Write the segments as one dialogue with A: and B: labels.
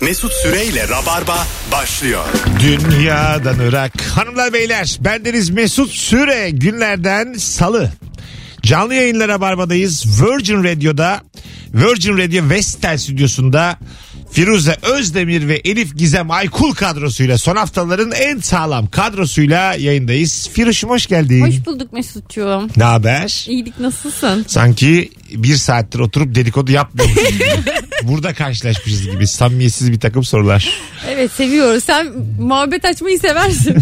A: Mesut Süreyle Rabarba başlıyor.
B: Dünyadan Irak. Hanımlar beyler bendeniz Mesut Süre günlerden salı. Canlı yayınlara barbadayız. Virgin Radio'da Virgin Radio Vestel stüdyosunda Firuze Özdemir ve Elif Gizem Aykul kadrosuyla son haftaların en sağlam kadrosuyla yayındayız. Firuş'um hoş geldin.
C: Hoş bulduk Mesut'cuğum.
B: Ne haber?
C: İyilik nasılsın?
B: Sanki bir saattir oturup dedikodu yapmıyoruz. gibi. Burada karşılaşmışız gibi samimiyetsiz bir takım sorular.
C: Evet seviyoruz. Sen muhabbet açmayı seversin.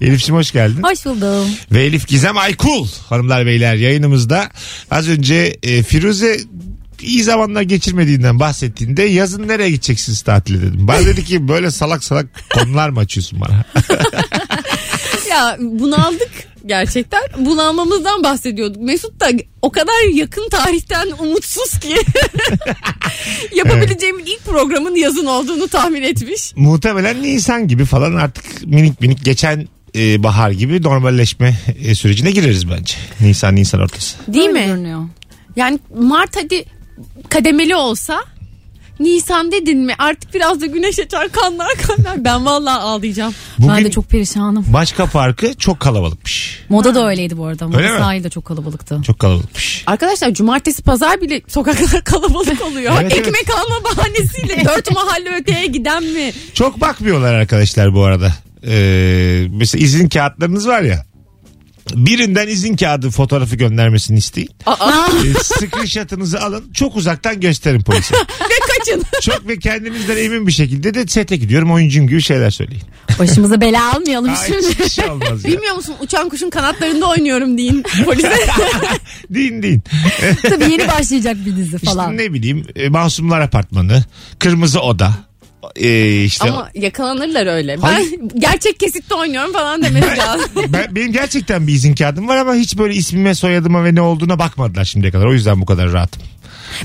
B: Elif'ciğim hoş geldin.
C: Hoş buldum.
B: ve Elif Gizem Aykul hanımlar beyler yayınımızda az önce e, Firuze iyi zamanlar geçirmediğinden bahsettiğinde yazın nereye gideceksiniz tatile dedim. Bana dedi ki böyle salak salak konular mı açıyorsun bana?
C: Ya bunaldık gerçekten. Bunalmamızdan bahsediyorduk. Mesut da o kadar yakın tarihten umutsuz ki. Yapabileceğimin ilk programın yazın olduğunu tahmin etmiş.
B: Muhtemelen Nisan gibi falan artık minik minik geçen e, bahar gibi normalleşme e, sürecine gireriz bence. Nisan Nisan ortası.
C: Değil
D: Öyle
C: mi?
D: görünüyor.
C: Yani Mart hadi kademeli olsa Nisan dedin mi artık biraz da güneş açar kanlar kanlar. Ben vallahi ağlayacağım.
D: Ben
B: Bugün
D: de çok perişanım.
B: Başka parkı çok kalabalıkmış.
D: Moda da öyleydi bu arada. Moda
B: Öyle mi?
D: sahil de çok kalabalıktı.
B: Çok kalabalıkmış.
C: Arkadaşlar cumartesi pazar bile sokaklar kalabalık oluyor.
B: Evet, evet.
C: Ekmek alma bahanesiyle dört mahalle öteye giden mi?
B: Çok bakmıyorlar arkadaşlar bu arada. Ee, mesela izin kağıtlarınız var ya. Birinden izin kağıdı fotoğrafı göndermesini isteyin.
C: Aa,
B: Ee, Screenshot'ınızı alın. Çok uzaktan gösterin polise.
C: ve kaçın.
B: Çok ve kendinizden emin bir şekilde de sete gidiyorum oyuncum gibi şeyler söyleyin.
D: Başımıza bela almayalım
B: Ay,
D: şimdi.
B: hiçbir şey olmaz ya.
C: Bilmiyor musun uçan kuşun kanatlarında oynuyorum deyin polise.
B: Din din.
D: Tabii yeni başlayacak bir dizi falan.
B: İşte ne bileyim e, Masumlar Apartmanı, Kırmızı Oda. E, işte
C: Ama yakalanırlar öyle.
B: Hayır.
C: Ben gerçek kesitte oynuyorum falan demesi lazım.
B: Ben, benim gerçekten bir izin kağıdım var ama hiç böyle ismime, soyadıma ve ne olduğuna bakmadılar şimdiye kadar. O yüzden bu kadar rahatım.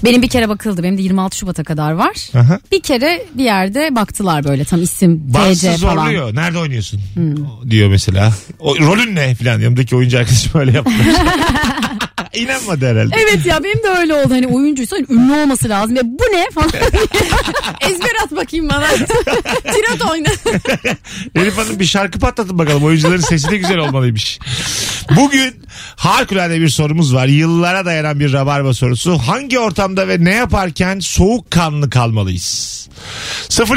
D: Benim bir kere bakıldı. Benim de 26 Şubat'a kadar var.
B: Aha.
D: Bir kere bir yerde baktılar böyle tam isim,
B: Bazısı
D: TC falan.
B: zorluyor. Nerede oynuyorsun? Diyor mesela. O, rolün ne falan. Yanımdaki oyuncu arkadaşım öyle yaptı. İnanmadı herhalde.
D: Evet ya benim de öyle oldu. Hani oyuncuysa hani ünlü olması lazım. Ya bu ne falan.
C: Ezber at bakayım bana. Tirat oyna.
B: Elif Hanım bir şarkı patlatın bakalım. Oyuncuların sesi de güzel olmalıymış. Bugün harikulade bir sorumuz var. Yıllara dayanan bir rabarba sorusu. Hangi ortamda ve ne yaparken soğukkanlı kalmalıyız?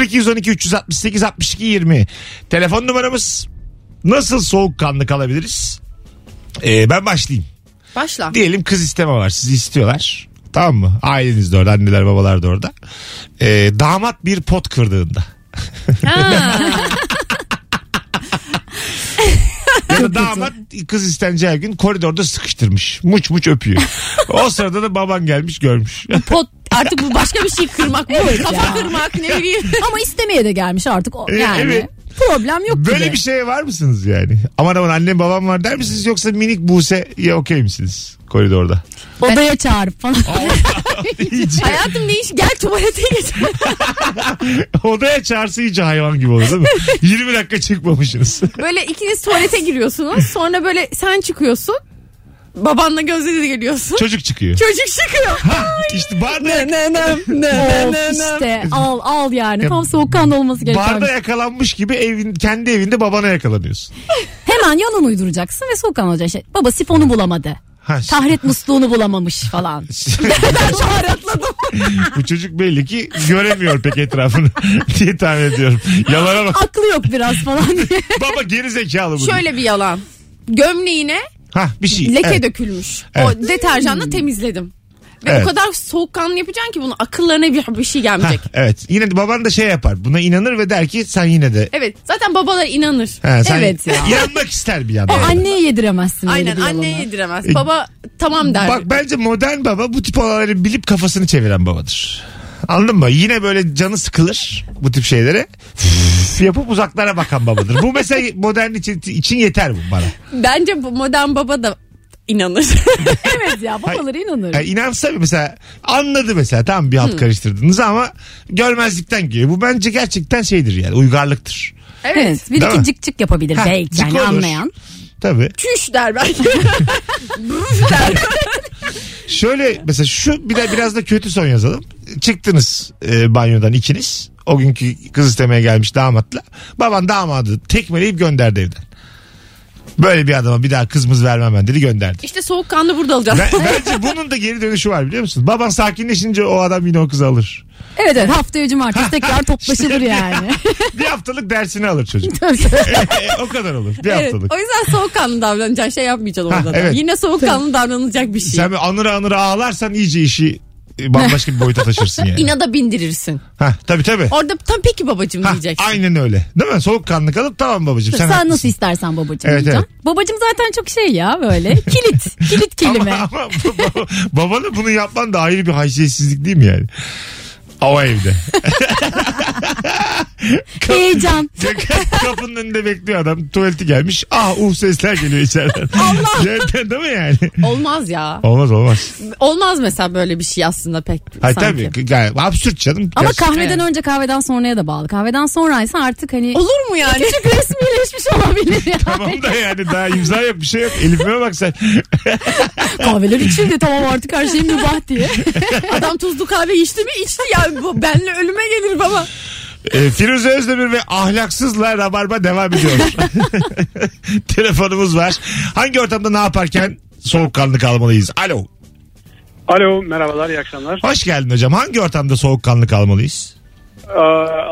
B: 0212 368 62 20 telefon numaramız. Nasıl soğukkanlı kalabiliriz? Ee, ben başlayayım.
C: Başla.
B: Diyelim kız isteme var. Sizi istiyorlar. Tamam mı? Aileniz de orada. Anneler babalar da orada. Ee, damat bir pot kırdığında. Ya da damat kız isteneceği gün koridorda sıkıştırmış. Muç muç öpüyor. o sırada da baban gelmiş görmüş.
C: Pot, artık bu başka bir şey kırmak. bu.
D: Evet
C: Kafa
D: ya.
C: kırmak ne bileyim.
D: Ama istemeye de gelmiş artık. O,
B: E,
D: yani
B: evet.
D: problem yok
B: Böyle
D: gibi.
B: bir şey- şeye var mısınız yani? Aman aman annem babam var der misiniz yoksa minik Buse'ye okey misiniz koridorda?
D: Odaya çağırıp falan.
B: İyice,
C: Hayatım ne iş? Gel tuvalete geç.
B: odaya çağırsa iyice hayvan gibi olur değil mi? 20 dakika çıkmamışsınız.
C: Böyle ikiniz tuvalete giriyorsunuz. Sonra böyle sen çıkıyorsun. Babanla gözle de geliyorsun.
B: Çocuk çıkıyor.
C: Çocuk çıkıyor.
B: işte barda,
C: Ne ne ne ne ne
D: of
C: ne ne.
D: işte al al yani.
B: Ya,
D: Tam soğukkanlı olması gereken. bir
B: barda yakalanmış gibi evin kendi evinde babana yakalanıyorsun.
D: Hemen yalan uyduracaksın ve soğukkanlı olacaksın. İşte baba sifonu bulamadı.
B: Ha, s-
D: Tahret musluğunu bulamamış falan.
B: Bu çocuk belli ki göremiyor pek etrafını diye tahmin ediyorum. Yalana bak.
D: Aklı yok biraz falan diye.
B: Baba geri zekalı bu.
C: Şöyle bir yalan. Gömleğine
B: Ha bir şey.
C: leke
B: Evet.
C: dökülmüş.
B: Evet.
C: O deterjanla temizledim. Ve
B: Evet.
C: o kadar soğukkanlı yapacaksın ki bunu akıllarına bir, bir şey
B: Ha,
C: gelmeyecek.
B: evet. Yine de baban da şey yapar. Buna inanır ve der ki sen yine de.
C: Evet zaten babalar inanır.
B: Ha, sen
D: Evet ya. E,
B: Yanmak ister bir yandan.
D: O anneye yediremezsin öyle
C: Aynen
D: bir yalanı.
C: anneye yediremez. Baba tamam der.
B: E, Bak bence modern baba bu tip olayları bilip kafasını çeviren babadır. Anladın mı? Yine böyle canı sıkılır bu tip şeylere. Üf yapıp uzaklara bakan babadır. Bu mesela modern için, için yeter bu bana.
C: Bence bu modern baba da inanır.
D: Evet ya babaları inanır.
B: Yani inansa bir mesela anladı mesela tam bir halt karıştırdınız ama görmezlikten geliyor. Bu bence gerçekten şeydir yani uygarlıktır.
D: Evet. Bir
B: Değil mi?
D: iki cık cık yapabilir
B: Ha,
D: belki
B: cık
D: yani
B: olur.
D: anlayan.
B: Tabii.
C: Çüş der belki.
B: Şöyle mesela şu bir de biraz da kötü son yazalım. Çıktınız e, banyodan ikiniz. O günkü kız istemeye gelmiş damatla. Baban damadı tekmeleyip gönderdi evden. Böyle bir adama bir daha kızımız vermem ben dedi gönderdi.
C: İşte soğukkanlı burada alacağım.
B: Ben- bence bunun da geri dönüşü var biliyor musun? Baban sakinleşince o adam yine o kızı alır.
D: Evet evet haftaya cumartesi tekrar toplaşılır yani.
B: Bir haftalık dersini alır çocuk. E, o kadar olur. Bir
C: Evet,
B: haftalık.
C: o yüzden soğukkanlı davranacaksın. Şey yapmayacaksın
B: Ha,
C: orada da.
B: evet.
C: Yine soğukkanlı davranılacak bir şey.
B: Sen bir anıra anıra ağlarsan iyice işi e, bambaşka bir boyuta taşırsın yani.
C: İnada bindirirsin.
B: ha, tabii tabii.
C: Orada tam peki babacım
B: Ha,
C: diyeceksin.
B: aynen öyle. Değil mi? Soğukkanlı kalıp tamam babacığım sen,
D: Sen,
B: haklısın.
D: nasıl istersen babacım
B: Evet,
D: diyeceğim. Babacım zaten çok şey ya böyle kilit kilit kelime.
B: Ama, ama bu- bu- babana bunu yapman da ayrı bir haysiyetsizlik değil mi yani? O evde.
D: Heyecan.
B: Kapının önünde bekliyor adam. Tuvaleti gelmiş. Ah uh sesler geliyor içeriden. Allah. Yerden değil mi yani?
C: Olmaz ya.
B: Olmaz olmaz.
C: Olmaz mesela böyle bir şey aslında pek
B: Hayır
C: sanki.
B: tabii. Gayet absürt canım.
D: Ama
B: Gerçi-
D: kahveden önce kahveden sonraya da bağlı. Kahveden sonraysa artık hani
C: Olur mu yani?
D: küçük resmileşmiş olabilir yani.
B: Tamam da yani daha imza yok bir şey yok. Elif'ime bak sen.
D: Kahveler içildi tamam artık her şey mübah diye.
C: Adam tuzlu kahve içti mi? İçti ya. Bu benle ölüme gelir baba.
B: E, Firuze Özdemir ve ahlaksızla rabarba devam ediyor. Telefonumuz var. Hangi ortamda ne yaparken soğukkanlı kalmalıyız? Alo.
E: Alo merhabalar iyi akşamlar.
B: Hoş geldin hocam. Hangi ortamda soğukkanlı kalmalıyız?
E: Ee,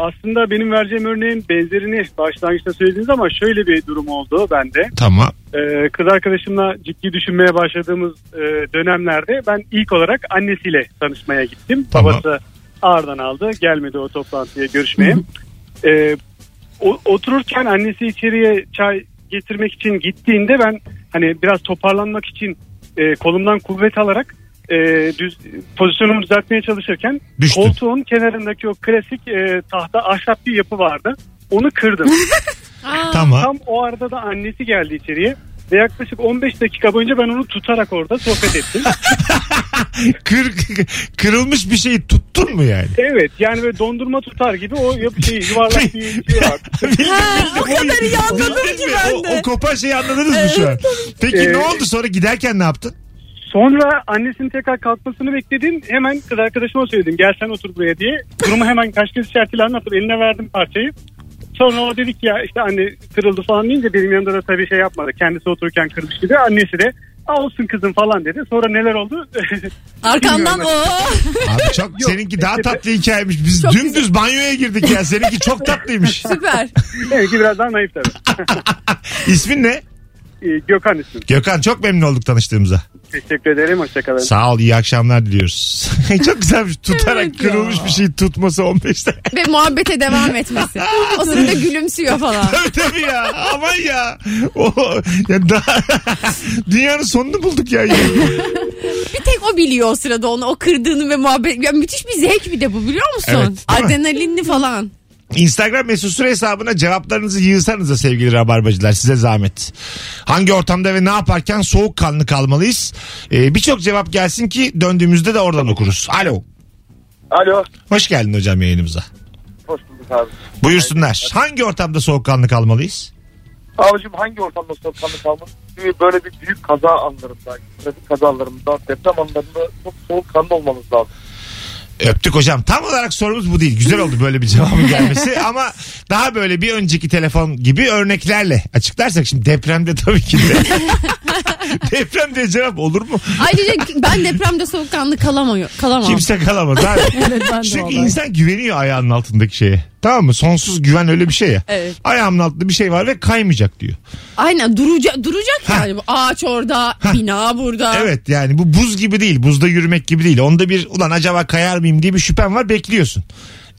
E: aslında benim vereceğim örneğin benzerini başlangıçta söylediniz ama şöyle bir durum oldu bende.
B: Tamam.
E: Ee, kız arkadaşımla ciddi düşünmeye başladığımız e, dönemlerde ben ilk olarak annesiyle tanışmaya gittim.
B: Tamam.
E: Babası ağırdan aldı gelmedi o toplantıya görüşmeye. Ee, o- otururken annesi içeriye çay getirmek için gittiğinde ben hani biraz toparlanmak için e, kolumdan kuvvet alarak e, düz, pozisyonumu düzeltmeye çalışırken
B: Düştün.
E: koltuğun kenarındaki o klasik e, tahta ahşap bir yapı vardı. Onu kırdım.
C: Aa,
B: Tamam.
E: Tam o arada da annesi geldi içeriye. Ve yaklaşık 15 dakika boyunca ben onu tutarak orada sohbet ettim.
B: Kır, kırılmış bir şeyi tuttun mu yani?
E: evet yani böyle dondurma tutar gibi o yapı şeyi yuvarlak bir şey var.
B: o kadar iyi anladım ki ben de. O, kopan şeyi anladınız mı şu an? Peki
E: Ee,
B: ne oldu sonra giderken ne yaptın?
E: Sonra annesinin tekrar kalkmasını bekledim. Hemen kız arkadaşıma söyledim. Gel sen otur buraya diye. Durumu hemen kaş göz şartıyla anlatıp eline verdim parçayı. Sonra o dedi ki ya işte anne kırıldı falan deyince benim yanımda da tabii şey yapmadı. Kendisi otururken kırmış gibi. Annesi de "Aa, olsun kızım falan dedi. Sonra neler oldu?
C: arkandan o.
B: Abi çok seninki daha tatlı hikayeymiş. Biz
C: Çok
B: dümdüz banyoya girdik ya. Seninki çok tatlıymış.
C: Süper.
E: Demek ki biraz daha naif tabii.
B: İsmin ne?
E: Ee, Gökhan ismi.
B: Gökhan çok memnun olduk tanıştığımıza.
E: Teşekkür ederim. Hoşçakalın.
B: Sağ ol iyi akşamlar diliyoruz. çok güzelmiş tutarak
C: Evet ya.
B: kırılmış bir şey tutması 15 dakika.
C: Ve muhabbete devam etmesi. O sırada gülümsüyor falan.
B: tabii tabii ya aman ya. O, ya daha, dünyanın sonunu bulduk ya.
C: Bir tek o biliyor o sırada onu. O kırdığını ve muhabbet. Ya müthiş bir zevk bir de bu biliyor musun?
B: Evet, değil mi?
C: Adrenalinli falan.
B: Instagram mesut süre hesabına cevaplarınızı yığsanız da sevgili rabarbacılar size zahmet. Hangi ortamda ve ne yaparken soğukkanlı kalmalıyız? Ee, Birçok cevap gelsin ki döndüğümüzde de oradan okuruz. Alo.
F: Alo.
B: Hoş geldin hocam yayınımıza.
F: Hoş bulduk abi.
B: Buyursunlar. Hangi ortamda soğukkanlı kalmalıyız?
F: Abicim hangi ortamda soğukkanlı kalmak? Çünkü böyle bir büyük kaza anlarında, trafik kazalarında, deprem anlarında çok soğukkanlı olmanız lazım.
B: Öptük hocam. Tam olarak sorumuz bu değil. Güzel oldu böyle bir cevabın gelmesi ama daha böyle bir önceki telefon gibi örneklerle açıklarsak şimdi depremde tabii ki de. Deprem diye cevap olur mu?
C: Ayrıca ben depremde soğukkanlı kalamıyor, kalamam.
B: Kimse kalamaz abi.
D: evet ben de
B: Çünkü
D: vallahi.
B: insan güveniyor ayağının altındaki şeye. Tamam mı? Sonsuz güven öyle bir şey ya.
C: Evet.
B: Ayağımın altında bir şey var ve kaymayacak diyor.
C: Aynen duracak, duracak yani. Bu Ağaç orada, bina burada.
B: Evet yani bu buz gibi değil. Buzda yürümek gibi değil. Onda bir ulan acaba kayar mıyım diye bir şüphem var bekliyorsun.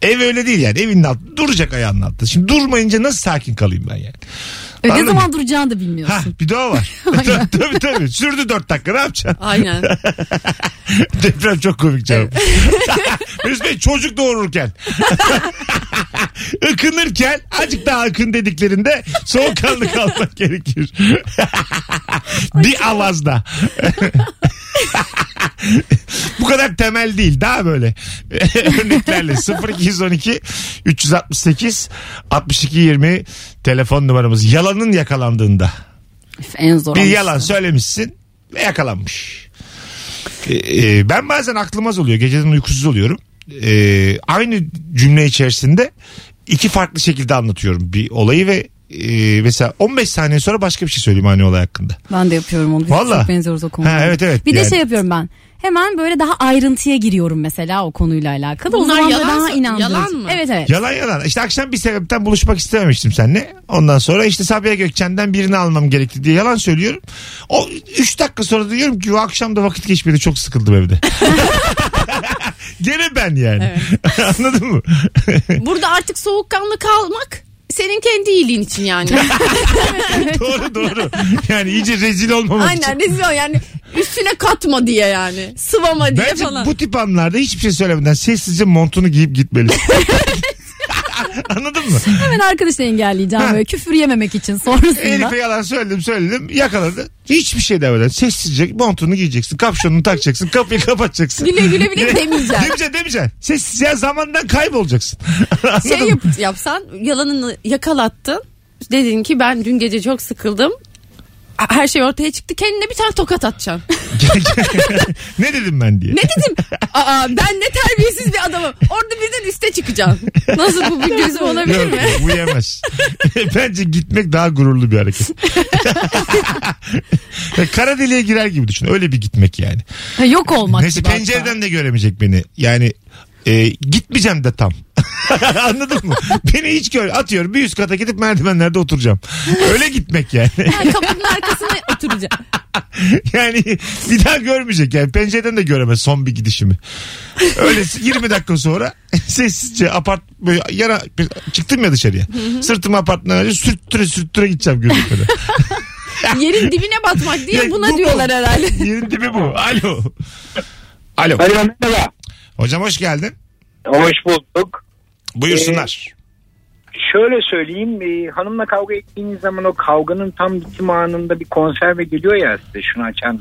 B: Ev öyle değil yani. Evin altında duracak ayağının altında. Şimdi durmayınca nasıl sakin kalayım ben yani?
D: E, Ne
B: Anladın
D: zaman duracağını da bilmiyorsun.
B: Ha bir de o var. tabii, tabii tabii. Sürdü dört dakika ne yapacaksın?
C: Aynen.
B: Deprem çok komik canım. Mesut Bey çocuk doğururken. Ikınırken azıcık daha akın dediklerinde soğukkanlı kalmak gerekir. bir avazda. Bu kadar temel değil daha böyle örneklerle 0212 368 62 20 telefon numaramız yalanın yakalandığında
D: Üf, en zor.
B: bir
D: olmuş.
B: yalan söylemişsin ve yakalanmış E, e, ben bazen aklımaz oluyor. Geceden uykusuz oluyorum. E, aynı cümle içerisinde iki farklı şekilde anlatıyorum bir olayı ve e, mesela 15 saniye sonra başka bir şey söyleyeyim aynı olay hakkında.
D: Ben de yapıyorum onu. Biz
B: Valla.
D: Çok benziyoruz o konuda.
B: Ha, evet, evet.
D: Bir
B: Yani-
D: de şey yapıyorum ben. Hemen böyle daha ayrıntıya giriyorum mesela o konuyla alakalı.
C: Bunlar
D: o zaman
C: yalan-
D: da daha inandırıcı.
C: yalan mı?
D: Evet evet.
B: Yalan yalan. İşte akşam bir sebepten buluşmak istememiştim seninle. Ondan sonra işte Sabiha Gökçen'den birini almam gerekti diye yalan söylüyorum. O 3 dakika sonra diyorum ki "Bu akşam da vakit geçmedi çok sıkıldım evde. Gene ben yani. Anladın mı?
C: Burada artık soğukkanlı kalmak senin kendi iyiliğin için yani.
B: doğru doğru. Yani iyice rezil olmamak için.
C: Aynen rezil ol yani üstüne katma diye yani. Sıvama diye
B: Bence
C: falan.
B: bu tip anlarda hiçbir şey söylemeden sessizce montunu giyip gitmeli. Anladın mı?
D: Hemen arkadaşla engelleyeceğim
B: Ha.
D: böyle küfür yememek için sonrasında.
B: Elif'e yalan söyledim söyledim yakaladı. Hiçbir şey demeden sessizce montunu giyeceksin. Kapşonunu takacaksın. Kapıyı kapatacaksın.
C: Güle güle bile demeyeceğim.
B: demeyeceksin demeyeceksin. Sessizce zamandan kaybolacaksın. Anladın
C: şey
B: mı?
C: yap, yapsan yalanını yakalattın. Dedin ki ben dün gece çok sıkıldım. Her şey ortaya çıktı. Kendine bir tane tokat atacaksın.
B: ne dedim ben diye.
C: Ne dedim? Aa, ben ne terbiyesiz bir adamım. Orada birden üste çıkacaksın. Nasıl bu bir gözüm olabilir
B: Yok,
C: mi?
B: bu yemez. Bence gitmek daha gururlu bir hareket. ya kara deliğe girer gibi düşün. Öyle bir gitmek yani.
D: Ha, Yok olmak
B: Neyse
D: gibi hatta.
B: pencereden de göremeyecek beni. Yani e, gitmeyeceğim de tam. Anladın mı? beni hiç gör. Atıyorum bir üst kata gidip merdivenlerde oturacağım. Öyle gitmek yani.
C: Yani kapının arkasına oturacaksın.
B: Yani bir daha görmeyecek yani pencereden de göremez son bir gidişimi. Öyle 20 dakika sonra sessizce apart böyle yana çıktım ya dışarıya. Sırtımı apartmana öyle sürttüre sürttüre gideceğim gözükmede.
C: Yerin dibine batmak diye buna diyorlar herhalde.
B: Yerin dibi bu. Alo. Alo.
F: Alo merhaba.
B: Hocam hoş geldin.
F: Hoş bulduk.
B: Buyursunlar.
F: Şöyle söyleyeyim e, hanımla kavga ettiğiniz zaman o kavganın tam bitim anında bir konserve geliyor ya size şunu açan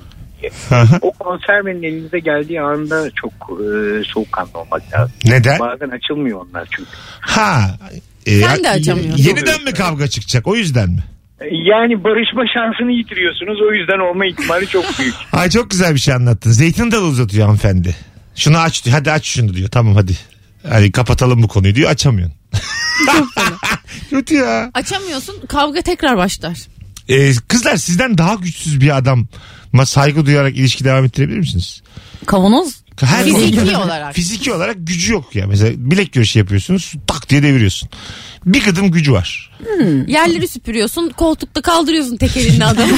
F: o konservenin elinize geldiği anda çok e, soğukkanlı olmak lazım.
B: Neden?
F: Bazen açılmıyor onlar çünkü.
B: Ha. e,
C: Sen de açamıyorsun.
B: Yeniden mi kavga çıkacak o yüzden mi?
F: Yani barışma şansını yitiriyorsunuz o yüzden olma ihtimali çok büyük.
B: Ay çok güzel bir şey anlattın. Zeytin dalı uzatıyor hanımefendi. Şunu aç diyor. Hadi aç şunu diyor. Tamam hadi. Hadi kapatalım bu konuyu diyor. Açamıyorsun. Kötü ya.
C: Açamıyorsun kavga tekrar başlar.
B: Ee, kızlar sizden daha güçsüz bir adama saygı duyarak ilişki devam ettirebilir misiniz?
D: Kavanoz.
B: Her
C: Fiziki
B: konuda-
C: olarak.
B: Fiziki olarak gücü yok ya. Mesela bilek görüşü yapıyorsunuz tak diye deviriyorsun. Bir kadın gücü var.
C: Yerleri süpürüyorsun, koltukta kaldırıyorsun tek elinle adamı.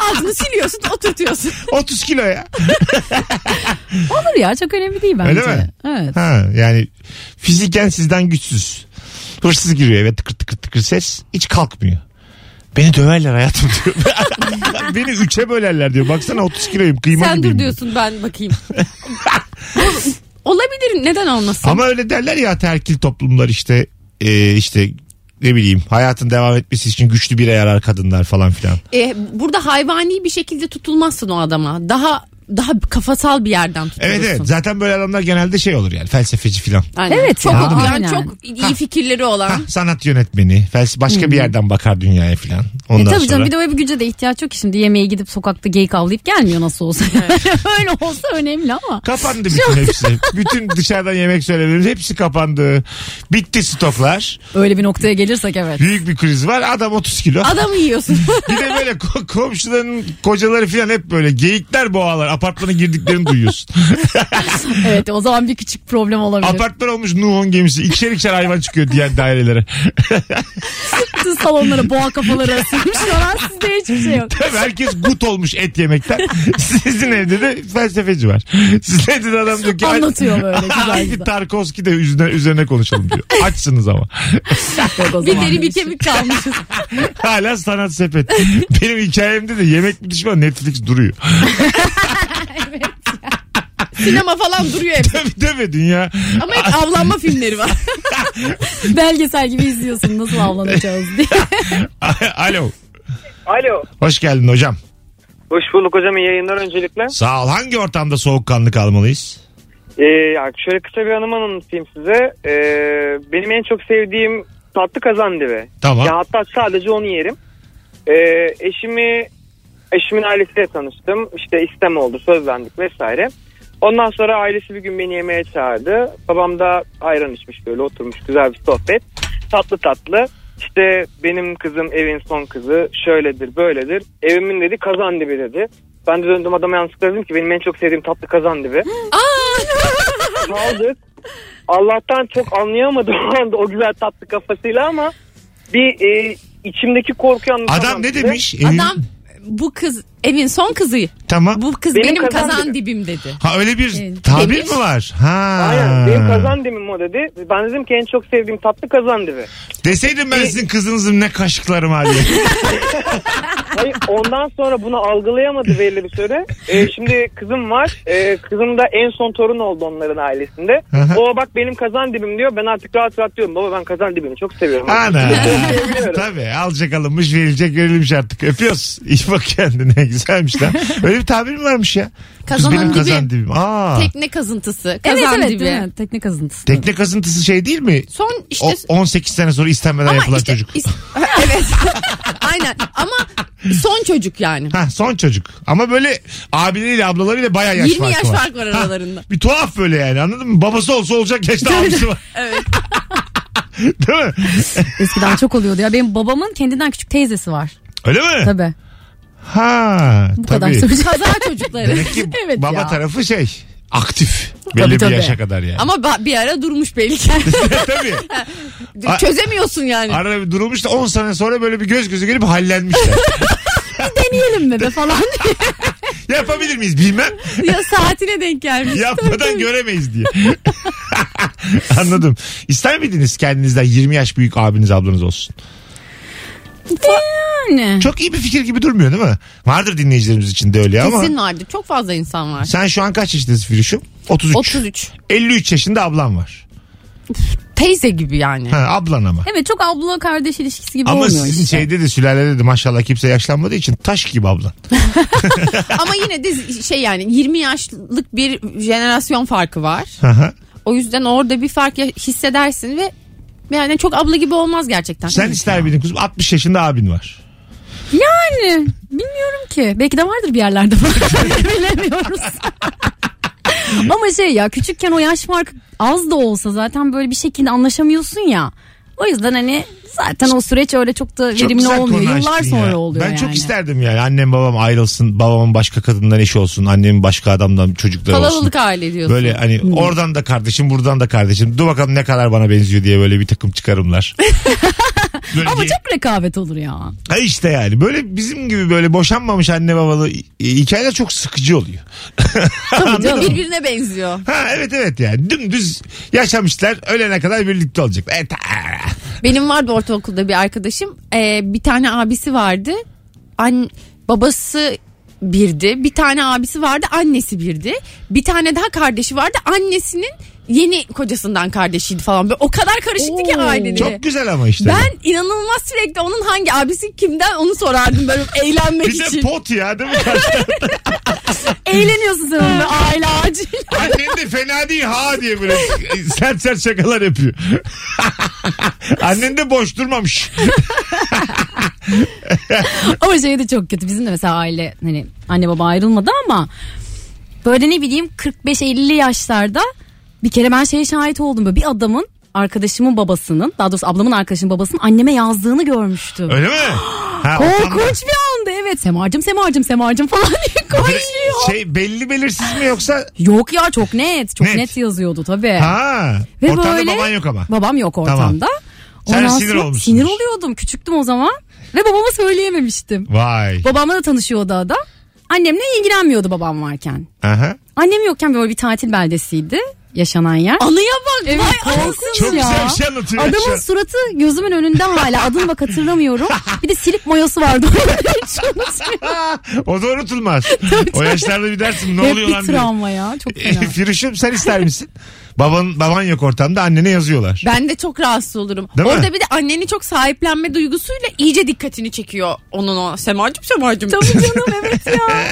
C: Ağzını siliyorsun, oturtuyorsun.
B: 30 kilo ya.
D: Olur ya çok önemli değil bence.
B: Öyle mi?
D: Evet.
B: Ha, yani fiziken sizden güçsüz. Hırsız giriyor eve tıkır tıkır tıkır ses. Hiç kalkmıyor. Beni döverler hayatım diyor. Beni üçe bölerler diyor. Baksana 30 kiloyum kıyma
C: Sen
B: gibiyim
C: dur
B: diyor.
C: diyorsun ben bakayım. Bu- Olabilir neden olmasın?
B: Ama öyle derler ya terkil toplumlar işte e, işte ne bileyim hayatın devam etmesi için güçlü bir arar kadınlar falan filan.
C: E, burada hayvani bir şekilde tutulmazsın o adama. Daha daha kafasal bir yerden tutulursun.
B: Evet evet zaten böyle adamlar genelde şey olur yani felsefeci filan. Ah,
C: Aynen.
D: Evet,
C: çok
D: ha.
C: okuyan,
D: Aynen.
C: çok iyi fikirleri olan.
B: Sanat yönetmeni felse başka bir yerden bakar dünyaya filan. Ondan
D: E tabii
B: sonra...
D: canım bir de öyle bir güce de ihtiyaç yok ki şimdi yemeğe gidip sokakta geyik avlayıp gelmiyor nasıl olsa. öyle olsa önemli ama.
B: Kapandı bütün hepsi. bütün dışarıdan yemek söylememiz hepsi kapandı. Bitti stoklar.
D: Öyle bir noktaya gelirsek evet.
B: Büyük bir kriz var. Adam 30 kilo.
C: Adamı yiyorsun.
B: bir de böyle ko- komşuların kocaları falan hep böyle geyikler boğalar. Apartmana girdiklerini duyuyorsun.
D: Evet o zaman bir küçük problem olabilir.
B: Apartman olmuş Nuhon gemisi. İkişer ikişer hayvan çıkıyor diğer dairelere.
D: Siz salonlara boğa kafaları asılmışlar. Sizde hiçbir şey yok.
B: Tabii herkes gut olmuş et yemekten. Sizin evde de felsefeci var. Sizin evde de adam diyor ki...
D: Anlatıyor böyle güzel
B: Hangi
D: güzel.
B: Tarkovski de üzerine, üzerine konuşalım diyor. Açsınız ama.
D: Yok o
C: bir
D: zaman.
C: deri bir kemik kalmışız.
B: Hala sanat sepet. Benim hikayemde de yemek mi düşman Netflix duruyor.
C: Sinema falan duruyor hep.
B: Tabii tabii dünya.
C: Ama hep avlanma filmleri var.
D: Belgesel gibi izliyorsun nasıl avlanacağız diye.
B: Alo.
G: Alo.
B: Hoş geldin hocam.
G: Hoş bulduk hocam iyi yayınlar öncelikle.
B: Sağ ol. Hangi ortamda soğukkanlı kalmalıyız?
G: Ee, ya şöyle kısa bir anımı anlatayım size. Ee, benim en çok sevdiğim tatlı kazandibi.
B: Tamam.
G: Ya hatta sadece onu yerim. Ee, eşimi eşimin ailesiyle tanıştım. İşte istem oldu, sözlendik vesaire. Ondan sonra ailesi bir gün beni yemeğe çağırdı. Babam da ayran içmiş böyle oturmuş güzel bir sohbet. Tatlı tatlı. İşte benim kızım evin son kızı şöyledir böyledir. Evimin dedi kazan dibi dedi. Ben de döndüm adama yansıkla dedim ki benim en çok sevdiğim tatlı kazan dibi. Kaldık. Allah'tan çok anlayamadım o anda o güzel tatlı kafasıyla ama bir e, içimdeki korkuyu anlatamam.
B: Adam ne
G: size.
B: demiş? Evin-
C: Adam bu kız evin son kızı.
B: Tamam.
C: Bu kız benim,
G: Benim
C: kazan,
G: kazan
C: dibim dedi.
B: Ha öyle bir
D: Evet.
B: tabir
C: Demiş.
B: mi var? Ha.
G: Aynen benim kazan dibim o dedi. Ben dedim ki en çok sevdiğim tatlı kazan dibi.
B: Deseydim ben sizin kızınızın ne kaşıklarım var diye.
G: Hayır ondan sonra bunu algılayamadı belli bir süre. Ee, şimdi kızım var. Ee, kızım da en son torun oldu onların ailesinde.
B: Aha.
G: o bak benim kazan dibim diyor. Ben artık rahat rahat diyorum. Baba ben kazan dibini çok seviyorum.
B: Ana.
G: Seviyorum.
B: Tabii alacak alınmış verilecek verilmiş artık. Öpüyoruz. İyi bak kendine güzelmiş lan. Öyle bir tabir mi varmış ya?
C: Kazanın
B: Kız benim
C: dibi.
B: kazan dibim. Aa.
C: Tekne kazıntısı. Kazan
D: Evet evet
C: dibi.
D: değil mi? tekne kazıntısı.
B: Tekne kazıntısı şey değil mi?
C: Son işte
B: O, 18 sene sonra istenmeden yapılan
C: işte-
B: çocuk.
C: is- evet. Aynen ama son çocuk yani.
B: Ha son çocuk. Ama böyle abileriyle ablalarıyla bayağı yaş
C: 20
B: farkı
C: yaş
B: var.
C: fark var
B: Ha,
C: aralarında.
B: bir tuhaf böyle yani anladın mı? Babası olsa olacak yaşta abisi var.
C: Evet.
B: Değil mi?
D: Eskiden çok oluyordu ya. Benim babamın kendinden küçük teyzesi var.
B: Öyle mi?
D: Tabii.
B: Ha.
D: Bu
B: tabii.
D: kadar söyleyeceğim.
C: Kaza çocukları.
B: Demek ki
D: Evet
B: baba
D: ya.
B: tarafı şey aktif. Belli
D: Tabii,
B: bir
D: tabii.
B: yaşa kadar yani.
C: Ama ba- bir ara durmuş belli ki.
B: tabii. A-
C: Çözemiyorsun yani.
B: Arada bir durulmuş da 10 sene sonra böyle bir göz göze gelip hallenmişler.
D: Deneyelim mi be falan diye.
B: Yapabilir miyiz bilmem.
C: ya saatine denk gelmiş.
B: Yapmadan göremeyiz diye. Anladım. İster miydiniz kendinizden 20 yaş büyük abiniz ablanız olsun?
D: Yani.
B: Çok iyi bir fikir gibi durmuyor değil mi? Vardır dinleyicilerimiz için de öyle ama.
C: Kesin vardı. Çok fazla insan var.
B: Sen şu an kaç yaşındasın Firuş'um? 33.
C: 33.
B: 53 yaşında ablan var.
C: Teyze gibi yani.
B: Ha, ablan ama.
D: Evet çok abla kardeş ilişkisi gibi
B: Ama
D: olmuyor
B: sizin şey-
D: işte.
B: şeyde de sülalede de maşallah kimse yaşlanmadığı için taş gibi ablan.
C: Ama yine de şey yani 20 yaşlık bir jenerasyon farkı var.
B: Hı hı.
C: O yüzden orada bir fark ya- hissedersin ve yani çok abla gibi olmaz gerçekten.
B: Sen ister miydin kuzum? 60 yaşında abin var.
D: Yani bilmiyorum ki. Belki de vardır bir yerlerde. Bilemiyoruz. Ama şey ya küçükken o yaş farkı az da olsa zaten böyle bir şekilde anlaşamıyorsun ya. O yüzden hani zaten o süreç öyle çok da
B: Çok
D: verimli
B: güzel konu
D: olmuyor.
B: açtın
D: Yıllar
B: ya.
D: sonra oluyor
B: Ben
D: yani.
B: çok isterdim yani. Annem babam ayrılsın. Babamın başka kadından eşi olsun. Annemin başka adamdan çocukları olsun.
C: Kalabalık aile diyorsun.
B: Böyle hani oradan da kardeşim buradan da kardeşim. Dur bakalım ne kadar bana benziyor diye böyle bir takım çıkarımlar. Böyle
D: Ama
B: ye-
D: çok rekabet olur ya.
B: Ha işte yani böyle bizim gibi böyle boşanmamış anne babalı hi- hikayeler çok sıkıcı oluyor.
C: Tabii
B: Anladın
C: canım.
B: mı?
C: Birbirine benziyor.
B: Ha evet evet yani dümdüz yaşamışlar ölene kadar birlikte olacak. E, Evet.
C: Benim vardı ortaokulda bir arkadaşım. Ee, bir tane abisi vardı. An babası birdi. Bir tane abisi vardı. Annesi birdi. Bir tane daha kardeşi vardı. Annesinin yeni kocasından kardeşiydi falan. Böyle o kadar karışıktı ki
D: Oo.
C: aileleri.
B: Çok güzel ama işte.
C: Ben inanılmaz sürekli onun hangi abisi kimden onu sorardım böyle eğlenmek
B: bir de
C: için.
B: pot ya değil mi? Karşı-
D: Eğleniyorsun sen onunla aile acil.
B: Annem de fena değil ha diye böyle sert sert şakalar yapıyor. Annen de boş durmamış.
D: Ama şey de çok kötü. Bizim de mesela aile hani anne baba ayrılmadı ama böyle ne bileyim 45-50 yaşlarda bir kere ben şeye şahit oldum. Böyle bir adamın arkadaşımın babasının daha doğrusu ablamın arkadaşının babasının anneme yazdığını görmüştüm.
B: Öyle mi? Ha, utanma.
D: Korkunç bir anda evet. Semarcım Semarcım Semarcım falan diye
B: Bir de
D: koşuyor.
B: Şey belli belirsiz mi yoksa?
D: Yok ya çok net. Çok
B: Net.
D: net, yazıyordu tabii.
B: Ha.
D: Ve
B: Ortada
D: böyle-
B: baban yok ama.
D: Babam yok ortamda.
B: Sen
D: Ondan
B: sinir
D: sonra
B: olmuşsundur.
D: Sinir oluyordum. Küçüktüm o zaman. Ve babama söyleyememiştim.
B: Vay.
D: Babamla da tanışıyordu adam. Annemle ilgilenmiyordu babam varken.
B: Aha.
D: Annem yokken böyle bir tatil beldesiydi yaşanan yer.
C: Anıya bak.
D: Evet,
C: Vay
D: korkunç
C: anasını.
B: Çok
D: Ya.
B: güzel bir şey anlatıyor. ya şu
D: Adamın
B: an.
D: suratı gözümün önünde hala adını bak hatırlamıyorum. Bir de silip mayası vardı. Hiç unutmuyorum.
B: o da unutulmaz. o yaşlarda bir dersin ne
D: Hep
B: oluyor lan
D: bir
B: diye.
D: travma ya çok fena.
B: E, Firuş'um sen ister misin? Baban, baban yok ortamda annene yazıyorlar.
C: Ben de çok rahatsız olurum.
B: Değil mi?
C: Orada bir de anneni çok sahiplenme duygusuyla iyice dikkatini çekiyor onun o Semacım Semacım.
D: Tabii canım evet ya.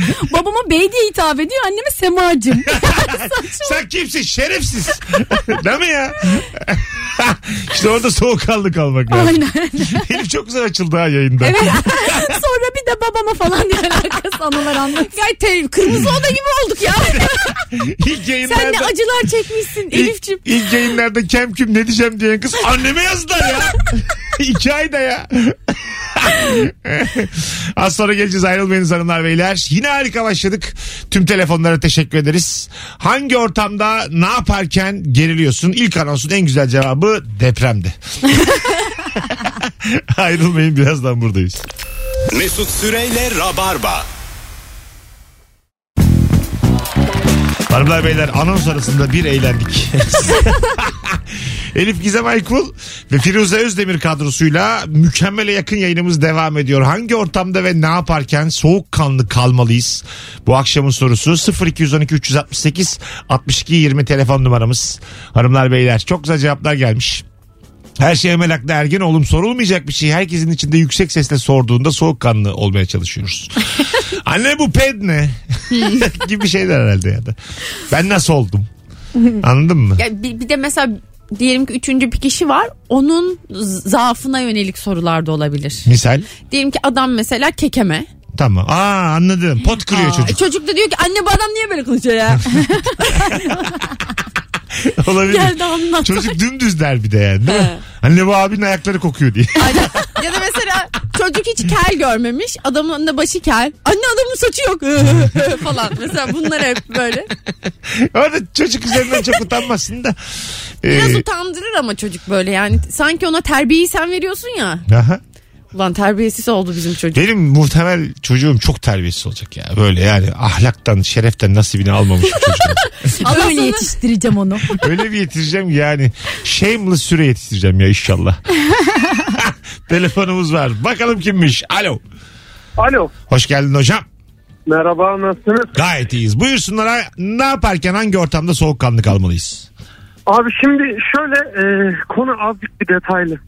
D: Babama bey diye hitap ediyor anneme semacım.
B: Sen kimsin şerefsiz? Değil mi ya? işte orada soğukkanlı kalmak lazım.
D: Aynen.
B: Elif çok güzel açıldı ha yayında.
D: Sonra bir de babama falan diye alakası anılar anlat.
C: Gay te- kırmızı oda gibi olduk ya.
B: İlk yayınlarda...
C: Sen ne acılar çekmişsin
B: İlk,
C: Elif'ciğim.
B: ilk yayınlarda kem küm ne diyeceğim diyen kız anneme yazdılar ya. İki ayda ya. Az sonra geleceğiz ayrılmayınız hanımlar beyler. Yine harika başladık. Tüm telefonlara teşekkür ederiz. Hangi ortamda ne yaparken geriliyorsun? İlk anonsun en güzel cevabı depremdi. Ayrılmayın birazdan buradayız.
A: Mesut Süreyle Rabarba.
B: Hanımlar beyler anons arasında bir eğlendik. Elif Gizem Aykul ve Firuze Özdemir kadrosuyla mükemmele yakın yayınımız devam ediyor. Hangi ortamda ve ne yaparken soğukkanlı kalmalıyız? Bu akşamın sorusu 0212 368 62 20 telefon numaramız. Hanımlar beyler çok güzel cevaplar gelmiş. Her şey Emel Aklı Ergen oğlum sorulmayacak bir şey. Herkesin içinde yüksek sesle sorduğunda soğukkanlı olmaya çalışıyoruz. Anne bu ped ne? gibi şeyler herhalde ya da. Ben nasıl oldum? Anladın mı?
C: Ya bir, bir de mesela diyelim ki üçüncü bir kişi var. Onun z- zaafına yönelik sorular da olabilir.
B: Misal.
C: Diyelim ki adam mesela kekeme.
B: Tamam. Aa anladım. Pot kırıyor
C: Aa,
B: çocuk.
C: da diyor ki anne bu adam niye böyle konuşuyor ya?
B: Olabilir.
C: Gel de anlat.
B: Çocuk dümdüz der bir de yani değil mi? Anne bu abinin ayakları kokuyor diye.
C: Aynen. ya da mesela çocuk hiç kel görmemiş. Adamın da başı kel. Anne adamın saçı yok falan. Mesela bunlar hep böyle.
B: Orada çocuk üzerinden çok utanmasın da.
C: Biraz
B: Ee,
C: utandırır ama çocuk böyle yani. Sanki ona terbiyeyi sen veriyorsun ya.
B: aha.
C: Ulan terbiyesiz oldu bizim çocuk.
B: Benim muhtemel çocuğum çok terbiyesiz olacak ya. Böyle yani ahlaktan, şereften nasibini almamış bir çocuk.
D: Öyle
C: sana-
D: yetiştireceğim onu.
B: Öyle bir yetiştireceğim ki yani. Shameless süre yetiştireceğim ya inşallah. Telefonumuz var. Bakalım kimmiş. Alo.
E: Alo.
B: Hoş geldin hocam.
E: Merhaba nasılsınız?
B: Gayet iyiyiz. Buyursunlar ha- ne yaparken hangi ortamda soğukkanlı kalmalıyız?
E: Abi şimdi şöyle e, konu azıcık bir detaylı.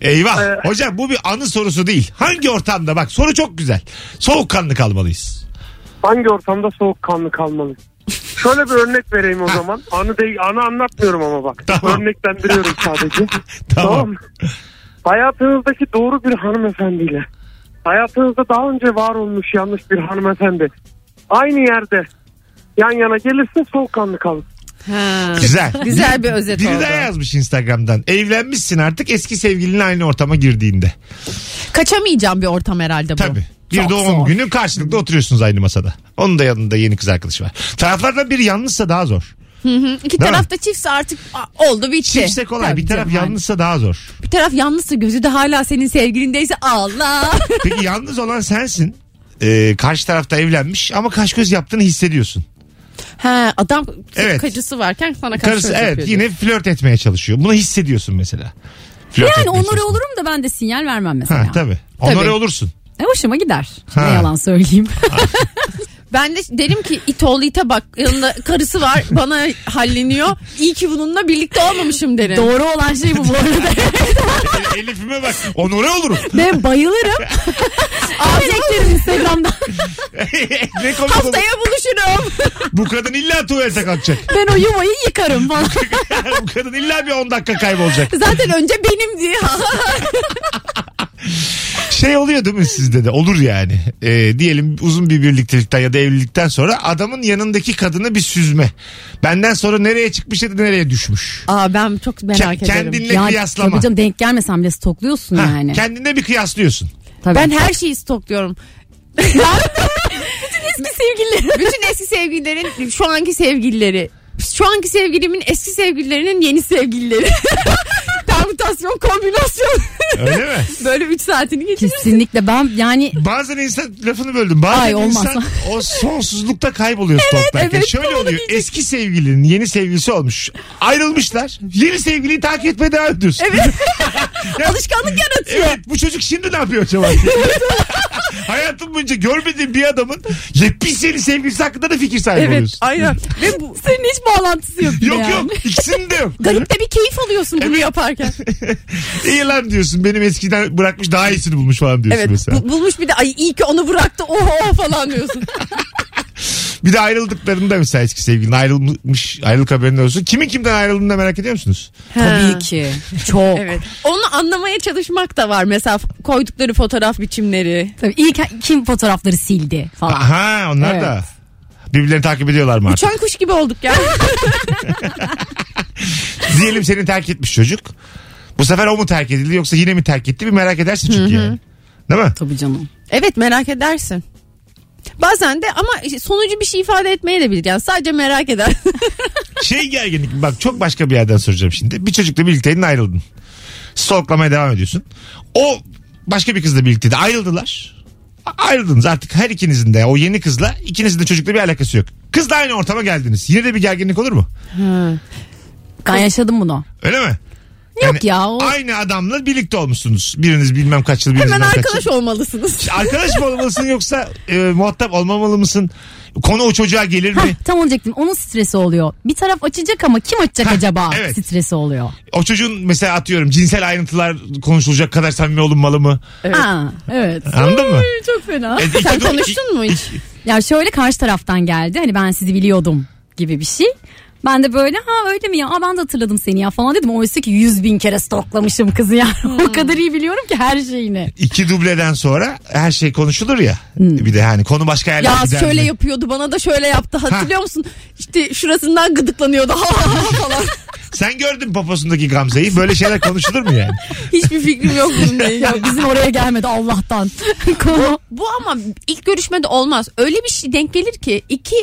B: Eyvah. Hocam bu bir anı sorusu değil. Hangi ortamda? Bak soru çok güzel. Soğukkanlı kalmalıyız.
E: Hangi ortamda soğukkanlı kalmalı? Şöyle bir örnek vereyim o zaman. Anı değil, anı anlatmıyorum ama bak.
B: Tamam.
E: Örneklendiriyorum sadece.
B: Tamam.
E: mı? Hayatınızdaki doğru bir hanımefendiyle hayatınızda daha önce var olmuş yanlış bir hanımefendi aynı yerde yan yana gelirse soğukkanlı kalır.
C: Ha.
B: Güzel.
C: Güzel bir özet
B: Biri
C: oldu.
B: daha yazmış Instagram'dan. Evlenmişsin artık eski sevgilinle aynı ortama girdiğinde.
C: Kaçamayacağım bir ortam herhalde bu.
B: Tabii. Bir
C: Çok
B: doğum
C: zor.
B: günü karşılıklı oturuyorsunuz aynı masada. Onun da yanında yeni kız arkadaşı var. Taraflardan biri yanlışsa daha zor.
C: İki
B: Değil
C: tarafta çiftse artık a- oldu bitti.
B: Çiftse kolay.
C: Tabii
B: bir taraf
C: canım,
B: yalnızsa daha zor.
C: aynen. Bir taraf yalnızsa gözü de hala senin sevgilindeyse Allah.
B: Peki yalnız olan sensin. Ee, karşı tarafta evlenmiş ama kaş göz yaptığını hissediyorsun.
C: He adam
B: Evet.
C: kacısı varken sana karşı
B: Karısı
C: öyle
B: evet
C: yapıyor
B: yine flört etmeye çalışıyor. Bunu hissediyorsun mesela. Flört
D: Yani
B: etmeye
D: onur
B: çalışıyor.
D: olurum da ben de sinyal vermem mesela.
B: Ha tabii. Onore
C: Tabii.
B: olursun.
D: E, hoşuma gider.
B: Ha.
D: Ne yalan söyleyeyim.
C: Ben de derim ki it oğlu ite bak yanında karısı var bana halleniyor. İyi ki bununla birlikte olmamışım derim.
D: Doğru olan şey bu bu arada.
B: E, Elif'ime bak. Onore olurum.
D: ben bayılırım. Abi eklerim Instagram'da.
B: ne komik olur.
C: Haftaya buluşurum.
B: Bu kadın illa tuvalete kalkacak.
D: Ben o yuvayı yıkarım falan.
B: Bu kadın illa bir 10 dakika kaybolacak.
C: Zaten önce benim diye.
B: Şey oluyor değil mi sizde de? Olur yani. Ee, diyelim uzun bir birliktelikten ya da evlilikten sonra adamın yanındaki kadını bir süzme. Benden sonra nereye çıkmış ya da nereye düşmüş.
C: Aa ben çok merak
B: Ke-
C: ederim.
B: kendinle kıyaslama.
D: tabii canım denk gelmesen bile stokluyorsun
B: Ha,
D: yani.
B: Kendine bir kıyaslıyorsun.
D: Tabii.
C: Ben her şeyi stokluyorum. Bütün eski sevgililerim. Bütün eski sevgililerin şu anki sevgilileri. Şu anki sevgilimin eski sevgililerinin yeni sevgilileri. Permütasyon, kombinasyon.
B: Öyle mi?
C: Böyle 3 saatini geçirir.
D: Kesinlikle ben yani
B: Bazen insan lafını böldüm. Bazen
D: Ay, olmaz.
B: insan o sonsuzlukta kayboluyor stoklarken.
C: evet,
B: Şöyle
C: doğru
B: oluyor.
C: diyecektim.
B: Eski sevgilinin yeni sevgilisi olmuş. Ayrılmışlar. Yeni sevgiliyi takip etmeye devam ediyorsun. Evet.
C: Alışkanlık yaratıyor.
B: Evet bu çocuk şimdi ne yapıyor acaba? Hayatım boyunca görmediğim bir adamın yepyeni yeni sevgilisi hakkında da fikir sahibi
C: Evet
B: oluyorsun.
C: aynen. Ve bu,
D: senin hiç bağlantısı yok. bile
B: Yok
D: yani.
B: yok ikisinin de yok.
C: garip de bir keyif alıyorsun bunu yaparken.
B: İyi lan diyorsun benim eskiden bırakmış daha iyisini bulmuş falan diyorsun
C: Evet
B: mesela.
C: bu- bulmuş bir de ay iyi ki onu bıraktı oho falan diyorsun.
B: Bir de ayrıldıklarında mesela eski sevgilin ayrılmış ayrılık haberinde olsun. Kimin kimden ayrıldığını da merak ediyor musunuz?
D: Tabii ki. Çok.
C: Evet. Onu anlamaya çalışmak da var. Mesela koydukları fotoğraf biçimleri.
D: Tabii ilk kim fotoğrafları sildi falan.
B: Aha onlar da. Birbirlerini takip ediyorlar mı artık?
C: Uçan kuş gibi olduk ya.
B: Diyelim seni terk etmiş çocuk. Bu sefer o mu terk edildi yoksa yine mi terk etti bir merak edersin çünkü yani. Değil mi?
D: Tabii canım.
C: evet merak edersin. Bazen de ama sonucu bir şey ifade etmeye de bilir. Yani sadece merak eder.
B: Şey gerginlik bak çok başka bir yerden soracağım şimdi. Bir çocukla birlikteydin ayrıldın. Stalklamaya devam ediyorsun. O başka bir kızla birlikteydi ayrıldılar. A- Ayrıldınız artık her ikinizin de o yeni kızla ikinizin de çocukla bir alakası yok. Kızla aynı ortama geldiniz. Yine de bir gerginlik olur mu?
D: Ben yaşadım bunu.
B: Öyle mi?
D: Yok
B: Yani
D: ya o
B: Aynı adamla birlikte olmuşsunuz. Biriniz bilmem kaç yıl biriniz
C: Hemen
B: bilmem kaç yıl.
C: arkadaş olmalısınız.
B: Arkadaş mı olmalısın yoksa e, muhatap olmamalı mısın? Konu o çocuğa gelir
D: Hah,
B: mi?
D: tam onu diyecektim. Onun stresi oluyor. Bir taraf açacak ama kim açacak
B: Hah,
D: acaba
B: evet.
D: stresi oluyor.
B: O çocuğun mesela atıyorum cinsel ayrıntılar konuşulacak kadar samimi olunmalı mı?
D: Evet. Ha, evet.
B: Anladın mı?
D: Çok fena.
B: E, iki
C: Sen
B: dur-
C: konuştun mu hiç?
D: Ya şöyle karşı taraftan geldi. Hani ben sizi biliyordum gibi bir şey. Ben de böyle ha öyle mi ya Aa, ben de hatırladım seni ya falan dedim. Oysa ki yüz bin kere stalklamışım kızı ya. o kadar iyi biliyorum ki her şeyini.
B: iki dubleden sonra her şey konuşulur ya. Bir de hani konu başka yerlere
C: Hmm. Ya
B: gider
C: şöyle
B: mi?
C: yapıyordu bana da şöyle yaptı hatırlıyor musun? İşte şurasından gıdıklanıyordu falan.
B: Sen gördün poposundaki Gamze'yi. Böyle şeyler konuşulur mu yani?
C: Hiçbir fikrim yok bununla ilgili.
D: Ya bizim oraya gelmedi Allah'tan. Konu.
C: Bu ama ilk görüşmede olmaz. Öyle bir şey denk gelir ki iki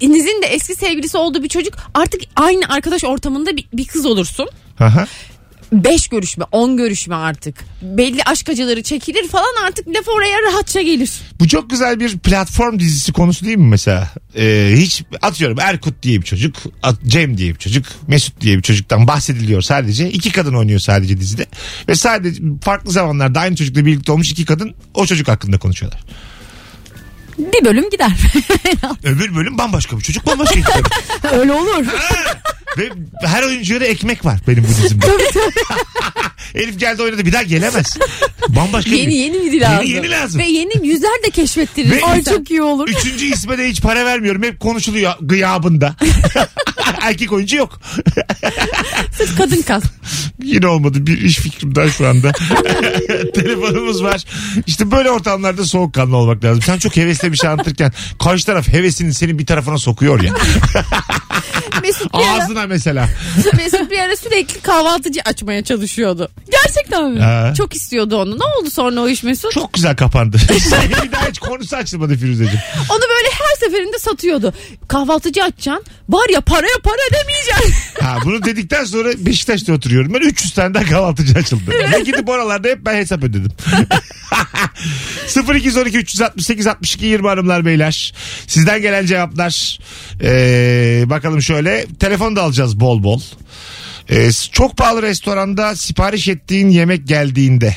C: inizin de eski sevgilisi olduğu bir çocuk artık aynı arkadaş ortamında bir, bir kız olursun.
B: Aha.
C: Beş görüşme, on görüşme artık. Belli aşk acıları çekilir falan artık laf oraya rahatça gelir.
B: Bu çok güzel bir platform dizisi konusu değil mi mesela? Ee, hiç atıyorum Erkut diye bir çocuk, at- Cem diye bir çocuk, Mesut diye bir çocuktan bahsediliyor sadece. İki kadın oynuyor sadece dizide. Ve sadece farklı zamanlarda aynı çocukla birlikte olmuş iki kadın o çocuk hakkında konuşuyorlar.
D: Bir bölüm gider.
B: Öbür bölüm bambaşka bir çocuk, bambaşka bir çocuk.
D: öyle olur.
B: Ve her oyuncuya da ekmek var benim bu dizimde. Elif geldi oynadı bir daha gelemez. Bambaşka
C: Yeni
B: bir...
C: yeni biri lazım.
B: yeni lazım.
C: Ve yeni yüzler de keşfettirir.
B: Ve-
D: Ay çok iyi olur.
B: Üçüncü isme de hiç para vermiyorum. Hep konuşuluyor gıyabında. Erkek oyuncu yok.
C: Sırf kadın kal.
B: Yine olmadı bir iş fikrimden şu anda. Telefonumuz var. İşte böyle ortamlarda soğukkanlı olmak lazım. Sen çok hevesle bir şey anlatırken karşı taraf hevesini senin bir tarafına sokuyor ya.
C: Mesut bir, ara,
B: Ağzına mesela.
C: Mesut bir ara sürekli kahvaltıcı açmaya çalışıyordu.
D: Gerçekten mi?
B: Ha.
C: Çok istiyordu onu. Ne oldu sonra o iş Mesut?
B: Çok güzel kapandı. bir daha hiç konusu açılmadı Firuzeciğim.
C: Onu böyle her seferinde satıyordu. Kahvaltıcı açacaksın. Var ya paraya para demeyeceksin.
B: Ha, bunu dedikten sonra Beşiktaş'ta oturuyorum. Ben 300 tane daha kahvaltıcı açıldı. Ve gidip oralarda hep ben hesap ödedim. 0212 368 62 20 hanımlar beyler. Sizden gelen cevaplar. Ee, bakalım şöyle. Telefon da alacağız bol bol. Ee, çok pahalı restoranda sipariş ettiğin yemek geldiğinde.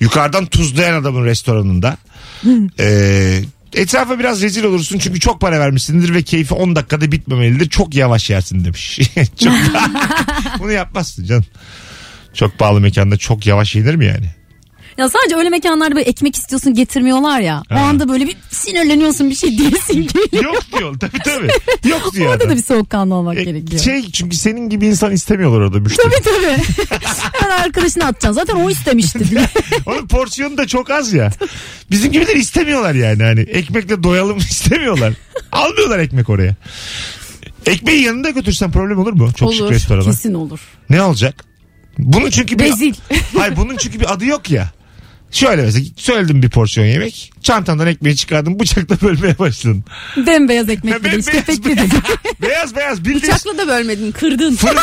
B: Yukarıdan tuzlayan adamın restoranında. Ee, etrafa biraz rezil olursun çünkü çok para vermişsindir ve keyfi 10 dakikada bitmemelidir. Çok yavaş yersin demiş. çok Bunu yapmazsın canım. Çok pahalı mekanda çok yavaş yenir mi yani?
D: Ya sadece öyle mekanlarda böyle ekmek istiyorsun getirmiyorlar ya. O
B: Ha.
D: anda böyle bir sinirleniyorsun bir şey diyesin geliyor.
B: Yok diyor. Tabii tabii. Yok diyor.
D: Orada da
B: adam.
D: bir soğukkanlı olmak
B: E,
D: gerekiyor.
B: Şey çünkü senin gibi insan istemiyorlar orada müşteri.
D: Tabii tabii. Hemen arkadaşını atacaksın. Zaten o istemişti. diye.
B: Onun porsiyonu da çok az ya. Bizim gibiler istemiyorlar yani. Hani ekmekle doyalım istemiyorlar. Almıyorlar ekmek oraya. Ekmeği yanında götürsen problem olur mu? Çok şık
D: olur.
B: restorana.
D: Kesin olur.
B: Ne olacak? Bunun çünkü bir...
D: Rezil.
B: Hayır bunun çünkü bir adı yok ya. Şöyle mesela söyledim bir porsiyon yemek. Çantandan ekmeği çıkardın bıçakla bölmeye başladın.
D: Bembeyaz ekmek dedi.
B: Bembeyaz-
D: Hiç kepek dedi.
B: beyaz beyaz bildiğin
C: Bıçakla da bölmedin kırdın.
B: fırın,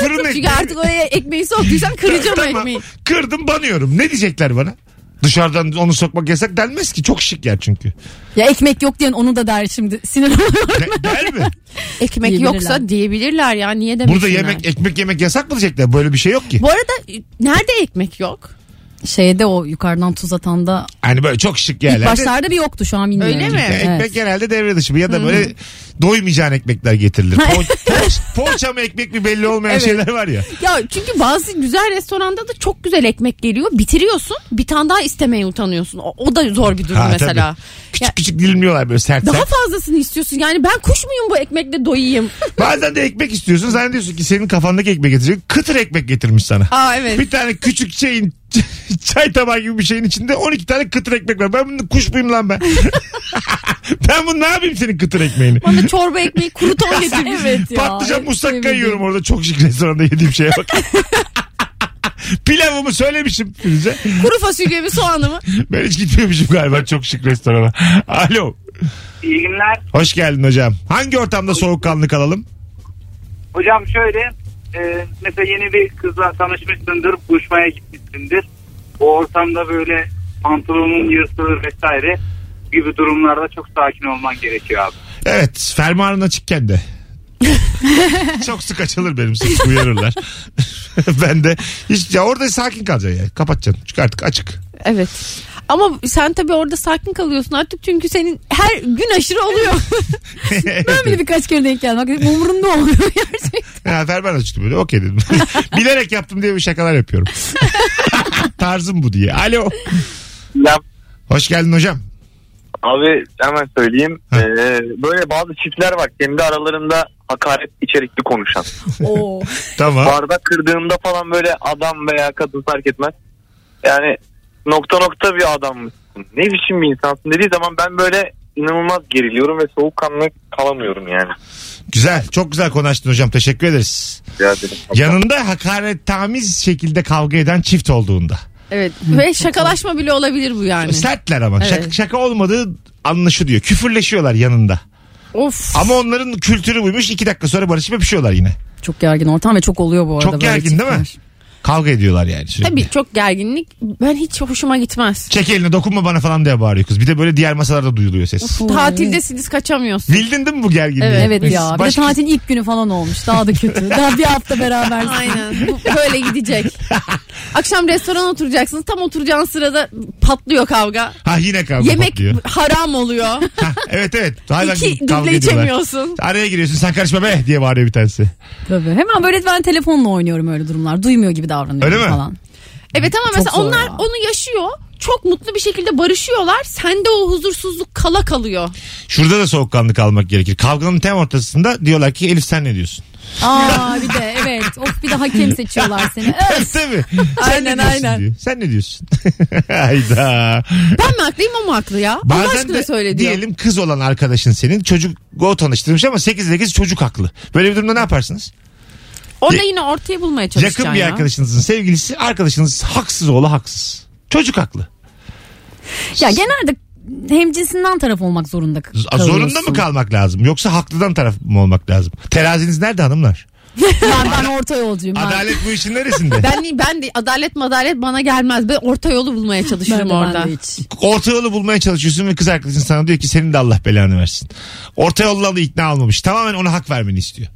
B: fırın
C: Çünkü
B: ekmeği.
C: artık oraya ekmeği soktuysan kıracağım
B: Tamam,
C: ekmeği.
B: Kırdım banıyorum. Ne diyecekler bana? Dışarıdan onu sokmak yasak denmez ki. Çok şık yer çünkü.
D: ya ekmek yok diyen onu da der şimdi. Sinir oluyor.
B: De- der mi?
C: Ekmek
D: Diyebilirler.
C: yoksa diyebilirler ya niye demesinler.
B: Burada yemek ekmek yemek yasak mı diyecekler? Böyle bir şey yok ki.
C: Bu arada e, nerede ekmek yok?
D: şeyde o yukarıdan tuz atanda
B: Hani böyle çok şık
D: ilk
B: yerlerde.
D: başlarda bir yoktu şu an bilmiyorum.
C: Öyle mi?
B: Ya
D: Evet. Hmm.
B: Ekmek genelde devre dışı ya da böyle doymayacağın ekmekler getirilir. Po- poğaç- poğaça mı ekmek mi belli olmayan
C: Evet.
B: şeyler var ya.
C: Ya çünkü bazı güzel restoranda da çok güzel ekmek geliyor. Bitiriyorsun. Bir tane daha istemeye utanıyorsun. O, o da zor bir durum
B: Ha,
C: mesela.
B: tabii. Küçük küçük dilimliyorlar böyle sert
C: Daha
B: sert.
C: fazlasını istiyorsun. Yani ben kuş muyum bu ekmekle doyayım?
B: Bazen de ekmek istiyorsun. Zannediyorsun ki senin kafandaki ekmek getirecek. Kıtır ekmek getirmiş sana.
C: Aa evet.
B: Bir tane küçük şeyin çay tabağı gibi bir şeyin içinde 12 tane kıtır ekmek var. Ben bunu kuş muyum lan ben? ben bunu ne yapayım senin kıtır ekmeğini?
C: Bana çorba ekmeği kuru ton getirmiş.
D: Evet ya.
B: Patlıcan
D: hep
B: musakka
D: sevmediğim.
B: yiyorum orada. Çok şık restoranda yediğim şeye bak. Pilavımı söylemişim Firuze.
C: Kuru fasulyemi soğanımı.
B: Ben hiç gitmiyormuşum galiba çok şık restorana. Alo.
H: İyi günler.
B: Hoş geldin hocam. Hangi ortamda soğukkanlı kalalım?
H: Hocam şöyle e, mesela yeni bir kızla tanışmışsındır, buluşmaya gitmişsindir. O ortamda böyle pantolonun yırtılır vesaire gibi durumlarda çok sakin olman gerekiyor abi.
B: Evet fermuarın açıkken de. çok sık açılır benim sık uyarırlar. ben de hiç ya orada sakin kalacaksın yani. Kapatacaksın. Çünkü artık açık.
C: Evet. Ama sen tabii orada sakin kalıyorsun artık çünkü senin her gün aşırı oluyor.
D: Ben bile birkaç kere denk geldim. Hakikaten Umurumda olmuyor gerçekten.
B: ha, fermuar açtı böyle. Okey dedim. Bilerek yaptım diye bir şakalar yapıyorum. Tarzım bu diye. Alo.
I: Ya
B: Hoş geldin hocam.
I: abi hemen söyleyeyim.
B: Ha.
I: Ee, böyle bazı çiftler var kendi aralarında hakaret içerikli konuşan.
D: Oo.
B: Tamam.
I: Bardak kırdığında falan böyle adam veya kadın fark etmez. Yani nokta nokta bir adam mısın? Ne biçim bir insansın dediği zaman ben böyle inanılmaz geriliyorum ve soğukkanlı kalamıyorum yani.
B: Güzel. Çok güzel konuştun hocam. Teşekkür ederiz.
I: Rica ederim.
B: Yanında hakaret tamiz şekilde kavga eden çift olduğunda.
C: evet. Ve şakalaşma bile olabilir bu yani.
B: Sertler ama.
C: Hani. Evet.
B: Şaka, şaka olmadığı anlaşılıyor. Küfürleşiyorlar yanında.
C: Of.
B: Ama onların kültürü buymuş. iki dakika sonra barışıp öpüşüyorlar yine.
D: Çok gergin ortam ve çok oluyor bu arada.
B: Çok
D: böyle
B: gergin değil mi?
D: tipler.
B: Kavga ediyorlar yani sürekli.
C: Tabii çok gerginlik. Ben hiç hoşuma gitmez.
B: Çek elini dokunma bana falan diye bağırıyor kız. Bir de böyle diğer masalarda duyuluyor ses.
D: Oo, evet.
C: Tatildesiniz kaçamıyorsun.
B: Bildin değil mi bu gerginliği?
C: Evet.
D: Evet ya. Bir de
B: Başka-
D: tatilin ilk günü falan olmuş. Daha da kötü. Daha bir hafta beraber.
C: Aynen. Bu böyle gidecek. Akşam restoran oturacaksınız. Tam oturacağın sırada patlıyor kavga.
B: Ha yine kavga
C: Yemek
B: patlıyor.
C: haram oluyor.
B: Ha, evet evet. Hayvan gibi
C: İki
B: kavga
C: duble
B: ediyorlar.
C: içemiyorsun.
B: Araya giriyorsun sen karışma be diye bağırıyor bir tanesi.
D: Tabii. Hemen böyle ben telefonla oynuyorum öyle durumlar. Duymuyor gibi davranıyorum
B: Öyle mi?
D: falan.
C: Evet ama
D: Çok
C: mesela
D: zor
C: onlar
D: ya.
C: onu yaşıyor. Çok mutlu bir şekilde barışıyorlar. Sende o huzursuzluk kala kalıyor.
B: Şurada da soğukkanlı kalmak gerekir. Kavganın tam ortasında diyorlar ki Elif sen ne diyorsun?
D: Aa bir de evet. Of bir de hakem seçiyorlar seni. Öf.
B: Tabii. Sen ne
C: Aynen,
B: diyorsun
C: aynen.
B: diyor. Sen ne diyorsun? Hayda.
C: Ben mi haklıyım o mu haklı ya? Allah
B: Bazen
C: aşkına
B: de
C: söyle diyor.
B: diyelim kız olan arkadaşın senin çocuk o tanıştırmış ama 8-8 çocuk haklı. Böyle bir durumda ne yaparsınız?
C: Orada yine ortaya bulmaya çalışacaksın
B: Yakın bir
C: ya.
B: arkadaşınızın sevgilisi arkadaşınız haksız oğlu haksız. Çocuk haklı.
D: Ya genelde hem cinsinden taraf olmak zorunda k-
B: Z- Zorunda mı
D: kalıyorsun.
B: kalmak lazım yoksa haklıdan taraf mı olmak lazım? Teraziniz nerede hanımlar?
D: Ben, ben orta yolcuyum. ben.
B: Adalet bu işin neresinde?
C: Ben, ben de adalet madalet bana gelmez. Ben orta yolu bulmaya
D: Ben de,
C: çalışırım
D: ben
C: orada.
D: de hiç.
B: Orta yolu bulmaya çalışıyorsun ve kız arkadaşın sana diyor ki senin de Allah belanı versin. Orta yoldan da ikna olmamış. Tamamen ona hak vermeni istiyor.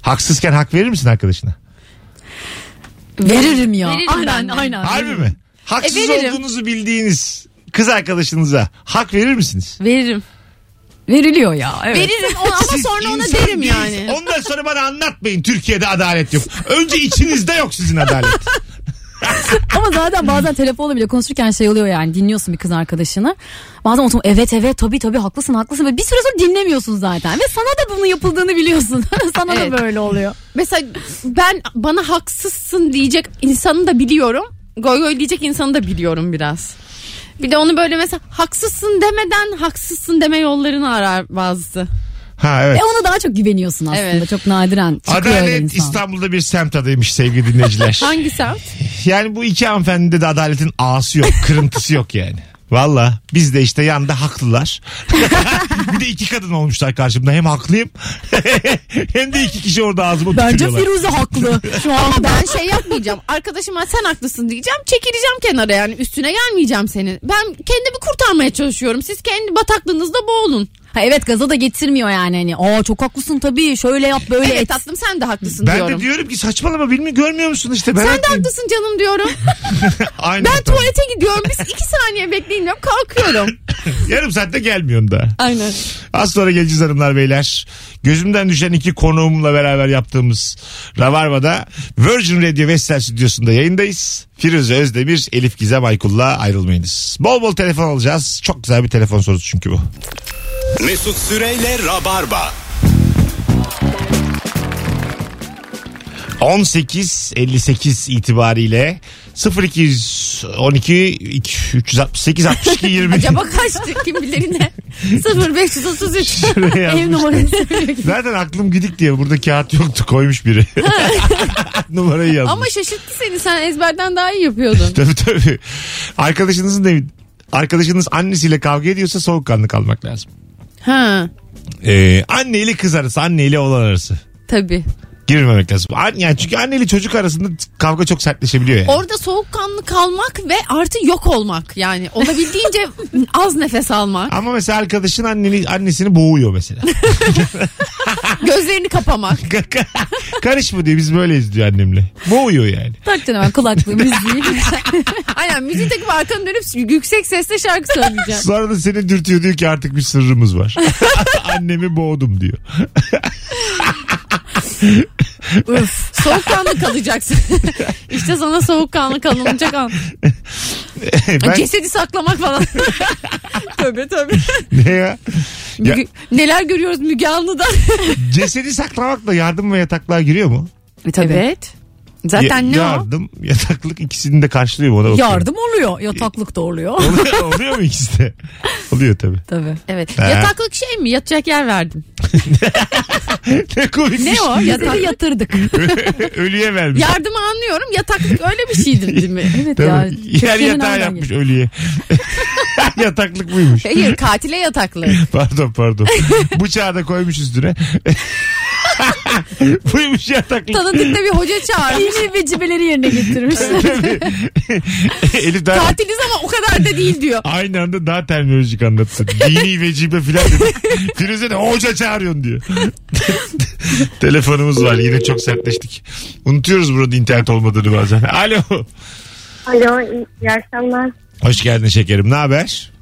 B: Haksızken hak verir misin arkadaşına?
D: Veririm ya.
C: Veririm ben
D: aynen
C: de.
D: aynen.
B: Harbi mi? Haksız
C: E, veririm.
B: olduğunuzu bildiğiniz kız arkadaşınıza hak verir misiniz?
C: Veririm.
D: Veriliyor ya. Evet.
C: Veririm ona- ama
B: Siz
C: sonra ona
B: insan
C: derim
B: değilsiniz.
C: yani.
B: Ondan sonra bana anlatmayın Türkiye'de adalet yok. Önce içinizde yok sizin
C: E,
B: adalet.
D: Ama zaten bazen telefonla bile konuşurken şey oluyor yani dinliyorsun bir kız arkadaşını. Bazen otomatik evet evet tabii tabii haklısın haklısın. Böyle bir süre sonra dinlemiyorsun zaten. Ve sana da bunun yapıldığını biliyorsun. sana
C: Evet.
D: da böyle oluyor.
C: Mesela ben bana haksızsın diyecek insanı da biliyorum. Goy goy diyecek insanı da biliyorum biraz. Bir de onu böyle mesela haksızsın demeden haksızsın deme yollarını arar bazısı.
B: Ha evet.
D: E ona daha çok güveniyorsun aslında.
C: Evet.
D: Çok nadiren çıkıyor öyle
B: Adalet
D: insan.
B: İstanbul'da bir semt adıymış sevgili dinleyiciler.
C: Hangi semt?
B: yani bu iki hanımefendide de adaletin ağası yok, kırıntısı yok yani. Valla biz de işte yanda haklılar. bir de iki kadın olmuşlar karşımda. Hem haklıyım hem de iki kişi orada ağzıma
D: Bence
B: tükürüyorlar.
D: Firuze haklı. Şu an
C: Ama ben şey yapmayacağım. Arkadaşıma sen haklısın diyeceğim. Çekileceğim kenara yani üstüne gelmeyeceğim senin. Ben kendimi kurtarmaya çalışıyorum. Siz kendi bataklığınızda boğulun.
D: Ha, evet gaza da getirmiyor yani hani. Aa çok haklısın tabii şöyle yap böyle
C: Evet
D: et.
C: tatlım sen de haklısın
B: Ben
C: diyorum.
B: de diyorum ki saçmalama bilmiyor görmüyor musun işte ben
C: sen de
B: haklıyım.
C: haklısın canım diyorum.
B: Aynen
C: Ben
B: öyle.
C: tuvalete gidiyorum. Biz iki saniye bekleyin diyorum. Kalkıyorum.
B: Yarım saatte gelmiyorsun da.
C: Aynen.
B: Az sonra geleceğiz hanımlar beyler. Gözümden düşen iki konuğumla beraber yaptığımız Rabarba'da Virgin Radio Vestel Stüdyosu'nda yayındayız. Firuze Özdemir, Elif Gizem Aykul'la ayrılmayınız. Bol bol telefon alacağız. Çok güzel bir telefon sorusu çünkü bu.
A: Mesut Süreyle Rabarba.
B: 18.58 itibariyle 0212 368 62 20
C: Acaba kaçtı kim bilir ne? 0533.
B: Şuraya yazmış.
C: Ev numarası.
B: Zaten aklım gidik diye burada kağıt yoktu koymuş biri. Numarayı yazmış.
C: Ama şaşırttı seni. Sen ezberden daha iyi yapıyordun.
B: Tabii tabii. Arkadaşınızın evi arkadaşınız annesiyle kavga ediyorsa soğukkanlı kalmak lazım.
C: ha.
B: Ee, anne ile kız arası, anne ile oğlan arası.
C: Tabii.
B: Girmemek lazım. An, yani çünkü anne ile çocuk arasında kavga çok sertleşebiliyor yani.
C: Orada soğukkanlı kalmak ve artı yok olmak. Yani olabildiğince az nefes almak.
B: Ama mesela arkadaşın anneni, annesini boğuyor mesela.
C: Gözlerini kapamak.
B: Karışma diyor biz böyleyiz diyor annemle. Boğuyor yani.
D: Tak canım ben kulaklığı müziği.
C: Aynen müziği takıp arkanı dönüp yüksek sesle şarkı söyleyeceğim.
B: Sonra da seni dürtüyor diyor ki artık bir sırrımız var. Annemi boğdum diyor.
C: Öf. Soğukkanlı kalacaksın. işte sana soğukkanlı kalınacak an.
B: ben
C: Cesedi saklamak falan. tövbe tövbe.
B: ne ya? Ya-
C: Müge- Neler görüyoruz Müge Anlı'da.
B: Cesedi saklamakla yardım ve yataklığa giriyor mu?
D: E,
C: Evet. Zaten
B: Ya-
C: ne o?
B: yardım, yataklık ikisini de karşılıyor mu? Ona bakıyorum.
D: Yardım oluyor. Yataklık da oluyor.
B: oluyor, oluyor mu ikisi de? Oluyor tabii.
D: Tabii.
C: Evet.
B: Ha.
C: Yataklık şey mi? Yatacak yer verdim.
B: Ne komikmiş.
C: Ne o? Yatak
D: Tabii yatırdık.
B: Ölüye vermiş.
C: Yardımı anlıyorum. Yataklık öyle bir şeydir değil mi?
D: Evet
B: Tabii.
D: ya.
B: Yer
D: Türkiye'nin
B: yatağı
D: oradan
B: yapmış
D: geliyor.
B: ölüye. Yataklık buymuş.
C: Hayır katile yataklık.
B: Pardon pardon. Bıçağı da koymuş üstüne. buymuş yataklık.
C: Tanıdıkta bir hoca çağırmış.
D: Yine vecibeleri yerine getirmiş.
B: Tabii. Elif daha
C: Katiliz ama o kadar da değil diyor.
B: aynı anda daha terminolojik anlattı. Dini vecibe filan dedi. Firuze de hoca çağırıyorsun diyor. Telefonumuz var yine çok sertleştik. Unutuyoruz burada internet olmadığını bazen. Alo.
J: Alo, iyi, iyi akşamlar.
B: Hoş geldin şekerim. Ne haber?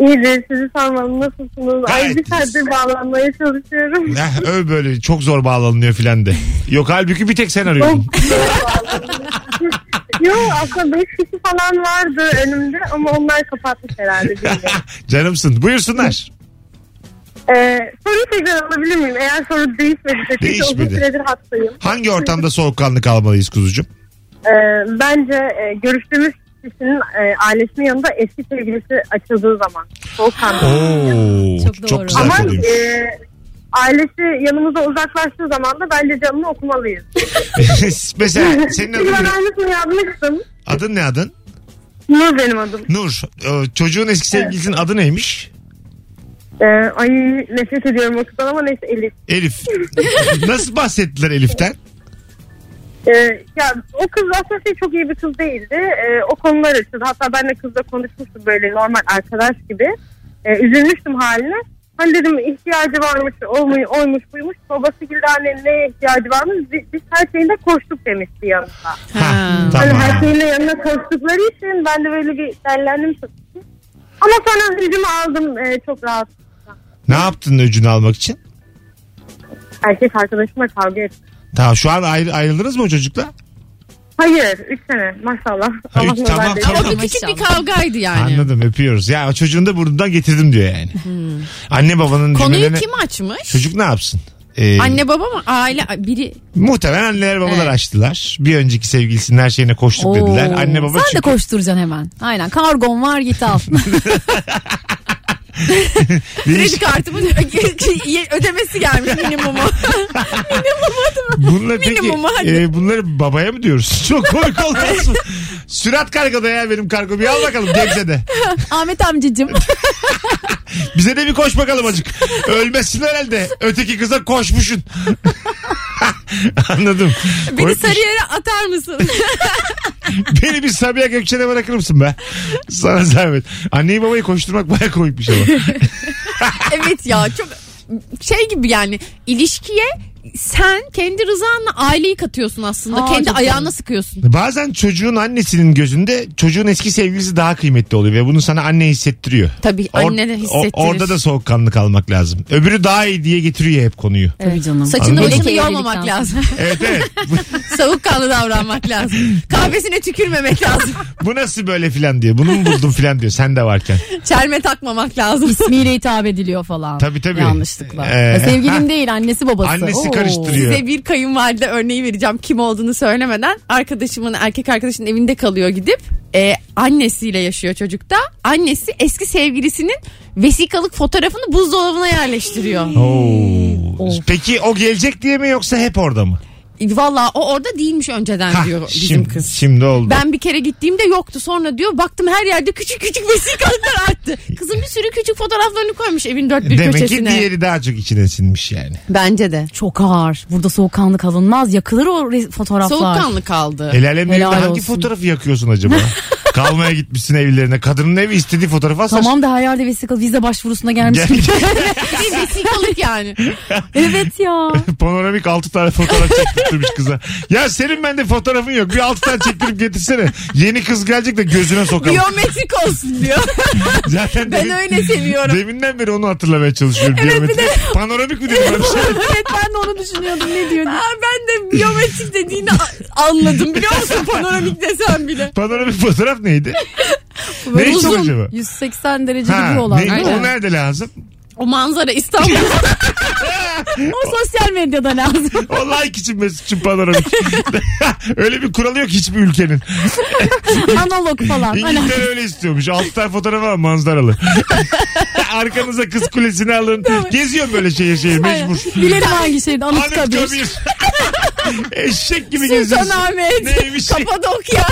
J: İyidir, sizi sormalı. Nasılsınız?
B: Gayet
J: Ay bir
B: iyiyiz.
J: saattir bağlanmaya çalışıyorum.
B: Ne, Eh, öv böyle çok zor bağlanılıyor filan de. Yok halbuki bir tek sen arıyorsun.
J: Yo aslında 5 kişi falan vardı önümde ama onlar kapatmış herhalde. bilmiyorum.
B: Canımsın. Buyursunlar.
J: ee, soruyu tekrar alabilir miyim? Eğer soru değişmediyse çünkü uzun
B: Değişmedi.
J: süredir hastayım.
B: Hangi ortamda soğukkanlı kalmalıyız kuzucuğum?
J: Ee, bence e, görüştüğümüz kişinin e, ailesinin yanında eski sevgilisi açıldığı zaman. Soğukkanlı.
B: Oo,
D: Çok
B: çok,
D: doğru.
B: güzel
J: Ama
B: konuymuş.
J: e, ailesi yanımıza uzaklaştığı zaman da bence canını okumalıyız.
B: Mesela senin adın,
J: Çünkü ben
B: ne?
J: aynısını yazmıştım.
B: adın ne adın?
J: Nur benim adım.
B: Nur. Ee, Çocuğun eski sevgilisinin adı neymiş?
J: Ee, ay nefret ediyorum o kızdan ama neyse Elif.
B: Elif. Nasıl bahsettiler Elif'ten?
J: Ee, ya o kız aslında şey çok iyi bir kız değildi. Ee, o konular açıldı. Hatta ben de kızla konuşmuştum böyle normal arkadaş gibi. Ee, üzülmüştüm haline. Hani dedim ihtiyacı varmış, olmuş, oymuş, buymuş. Babası gibi annenin neye ihtiyacı varmış? Biz, biz her şeyinde koştuk demişti yanında.
B: Ha,
J: Hani
B: tamam.
J: her şeyinde yanına koştukları için ben de böyle bir dellendim. tabii. Ama sonra hücümü aldım ee, çok rahat.
B: Ne yaptın öcünü almak için?
J: Erkek arkadaşımla kavga ettim.
B: Tamam şu an ayrı, ayrıldınız mı o çocukla?
J: Hayır 3 sene maşallah.
B: Ha, üç,
J: Allah
B: tamam,
J: nazar değdirmesin.
B: tamam.
C: O bir küçük bir kavgaydı yani.
B: Anladım öpüyoruz. Ya o çocuğunu da buradan getirdim diyor yani. Anne babanın
C: Hmm. Konuyu
B: cümlelerine-
C: kim açmış?
B: Çocuk ne yapsın? Ee,
C: Anne baba mı? Aile biri.
B: Muhtemelen anneler babalar
C: Evet.
B: açtılar. Bir önceki sevgilisinin her şeyine koştuk
D: Oo.
B: dediler. Anne baba
D: Sen de
B: çünkü
D: koşturacaksın hemen. Aynen. Kargon var git al.
C: Kredi
B: değiş-
C: kartımın ödemesi gelmiş minimumu.
B: Bununla peki,
C: minimum hadi.
B: e, bunları babaya mı diyoruz? Çok komik olmaz mı? Sürat kargoda ya benim kargom. Bir al bakalım Gebze'de.
D: Ahmet amcacığım.
B: Bize de bir koş bakalım acık. Ölmezsin herhalde. Öteki kıza koşmuşsun. Anladım.
C: Beni
B: Koymuş.
C: sarı yere atar mısın?
B: Beni bir Sabiha Gökçen'e bırakır mısın be? Sana zahmet. Anneyi babayı koşturmak baya komikmiş ama.
C: evet ya çok şey gibi yani ilişkiye sen kendi rızanla aileyi katıyorsun aslında.
D: Aa,
C: kendi
D: çok
C: ayağına
D: güzel.
C: sıkıyorsun.
B: Bazen çocuğun annesinin gözünde çocuğun eski sevgilisi daha kıymetli oluyor ve bunu sana anne hissettiriyor.
C: Tabii
B: Or-
C: anne de
B: o-
C: hissettirir.
B: orada da soğukkanlı kalmak lazım. Öbürü daha iyi diye getiriyor hep konuyu.
D: Tabii canım.
C: Saçını
B: Anladım.
C: başını
D: Hele ki
C: yormamak
D: evlilikten
C: lazım.
B: Evet evet. Bu,
C: Savukkanlı davranmak lazım. Kahvesine tükürmemek lazım.
B: bu nasıl böyle filan diyor. Bunu mu buldun filan diyor sen de varken.
C: Çelme takmamak lazım.
D: İsmiyle hitap ediliyor falan.
B: Tabii, tabii.
D: Yanlışlıkla.
B: Ee,
D: Ya sevgilim
B: ha.
D: değil annesi babası.
B: Annesi
D: Oo.
B: karıştırıyor.
C: Size bir kayınvalide örneği vereceğim kim olduğunu söylemeden. Arkadaşımın erkek arkadaşının evinde kalıyor gidip. E, annesiyle yaşıyor çocukta. Annesi eski sevgilisinin vesikalık fotoğrafını buzdolabına yerleştiriyor.
B: Oo. Peki o gelecek diye mi yoksa hep orada mı?
C: Valla o orada değilmiş önceden
B: Hah,
C: diyor bizim
B: şimdi,
C: kız.
B: Şimdi oldu.
C: Ben bir kere gittiğimde yoktu. Sonra diyor baktım her yerde küçük küçük vesikalıklar arttı. Kızın bir sürü küçük fotoğraflarını koymuş evin dört bir
B: Demek
C: köşesine.
B: ki diğeri daha çok içine sinmiş yani.
C: Bence de.
D: Çok ağır. Burada soğukkanlı kalınmaz. Yakılır o re- fotoğraflar.
C: Soğukkanlı kaldı.
B: El alemde
D: Helal
B: hangi
D: olsun.
B: fotoğrafı yakıyorsun acaba? Kalmaya gitmişsin evlerine. Kadının evi istediği fotoğrafı asar.
D: Tamam da her yerde vesikalı vize başvurusuna gelmiş.
B: Gel-
C: Bir vesikalık yani.
D: evet ya.
B: Panoramik 6 tane fotoğraf çektirmiş kıza. Ya senin bende fotoğrafın yok. Bir 6 tane çektirip getirsene. Yeni kız gelecek de gözüne sokalım.
C: Biyometrik olsun diyor.
B: Zaten
C: Ben öyle seviyorum.
B: Deminden beri onu hatırlamaya çalışıyorum. Biyometrik. Panoramik mi dedim? öyle bir şey?
D: evet ben de onu düşünüyordum. Ne diyorsun?
C: Ha, ben de biyometrik dediğini a- anladım biliyor musun panoramik desem bile.
B: Panoramik fotoğraf neydi? ne için
D: Uzun.
B: acaba?
D: 180 derece
B: Ha,
D: gibi olan.
B: ne-
D: değil mi?
B: o nerede lazım?
C: O manzara İstanbul.
D: O sosyal medyada lazım.
B: O like için mesut için panoramik. öyle bir kuralı yok hiçbir ülkenin.
D: Analog falan. Hani-
B: İngiltere öyle istiyormuş. Altı tane fotoğrafı var manzaralı. Arkanıza kız kulesini alın. Geziyorum böyle şehir şehir mecbur.
D: Bilirim hangi şehirde. Anıtkabir.
B: Anıtkabir. Eşek gibi geziyorsun.
C: Sultanahmet.
B: Neymiş,
C: Kapadokya.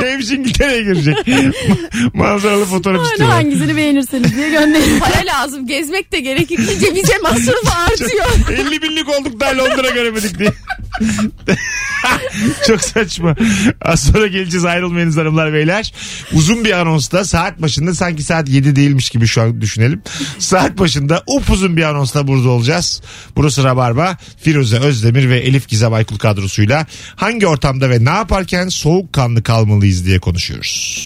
B: neymiş İngiltere'ye girecek. Ma- Manzaralı fotoğraf
D: Hani
B: istiyorlar.
D: hangisini beğenirseniz diye gönderin.
C: Para lazım gezmek de gerek. İkinci bize masrafı artıyor.
B: 50 binlik olduk daha Londra göremedik diye. Çok saçma. Az sonra geleceğiz ayrılmayınız hanımlar beyler. Uzun bir anonsla saat başında sanki saat 7 değilmiş gibi şu an düşünelim. Saat başında upuzun bir anonsla burada olacağız. Burası Rabarba. Firuze Özdemir ve Elif Gizem Aykul kadrosuyla hangi ortamda ve ne yaparken soğukkanlı kalmalıyız diye konuşuyoruz.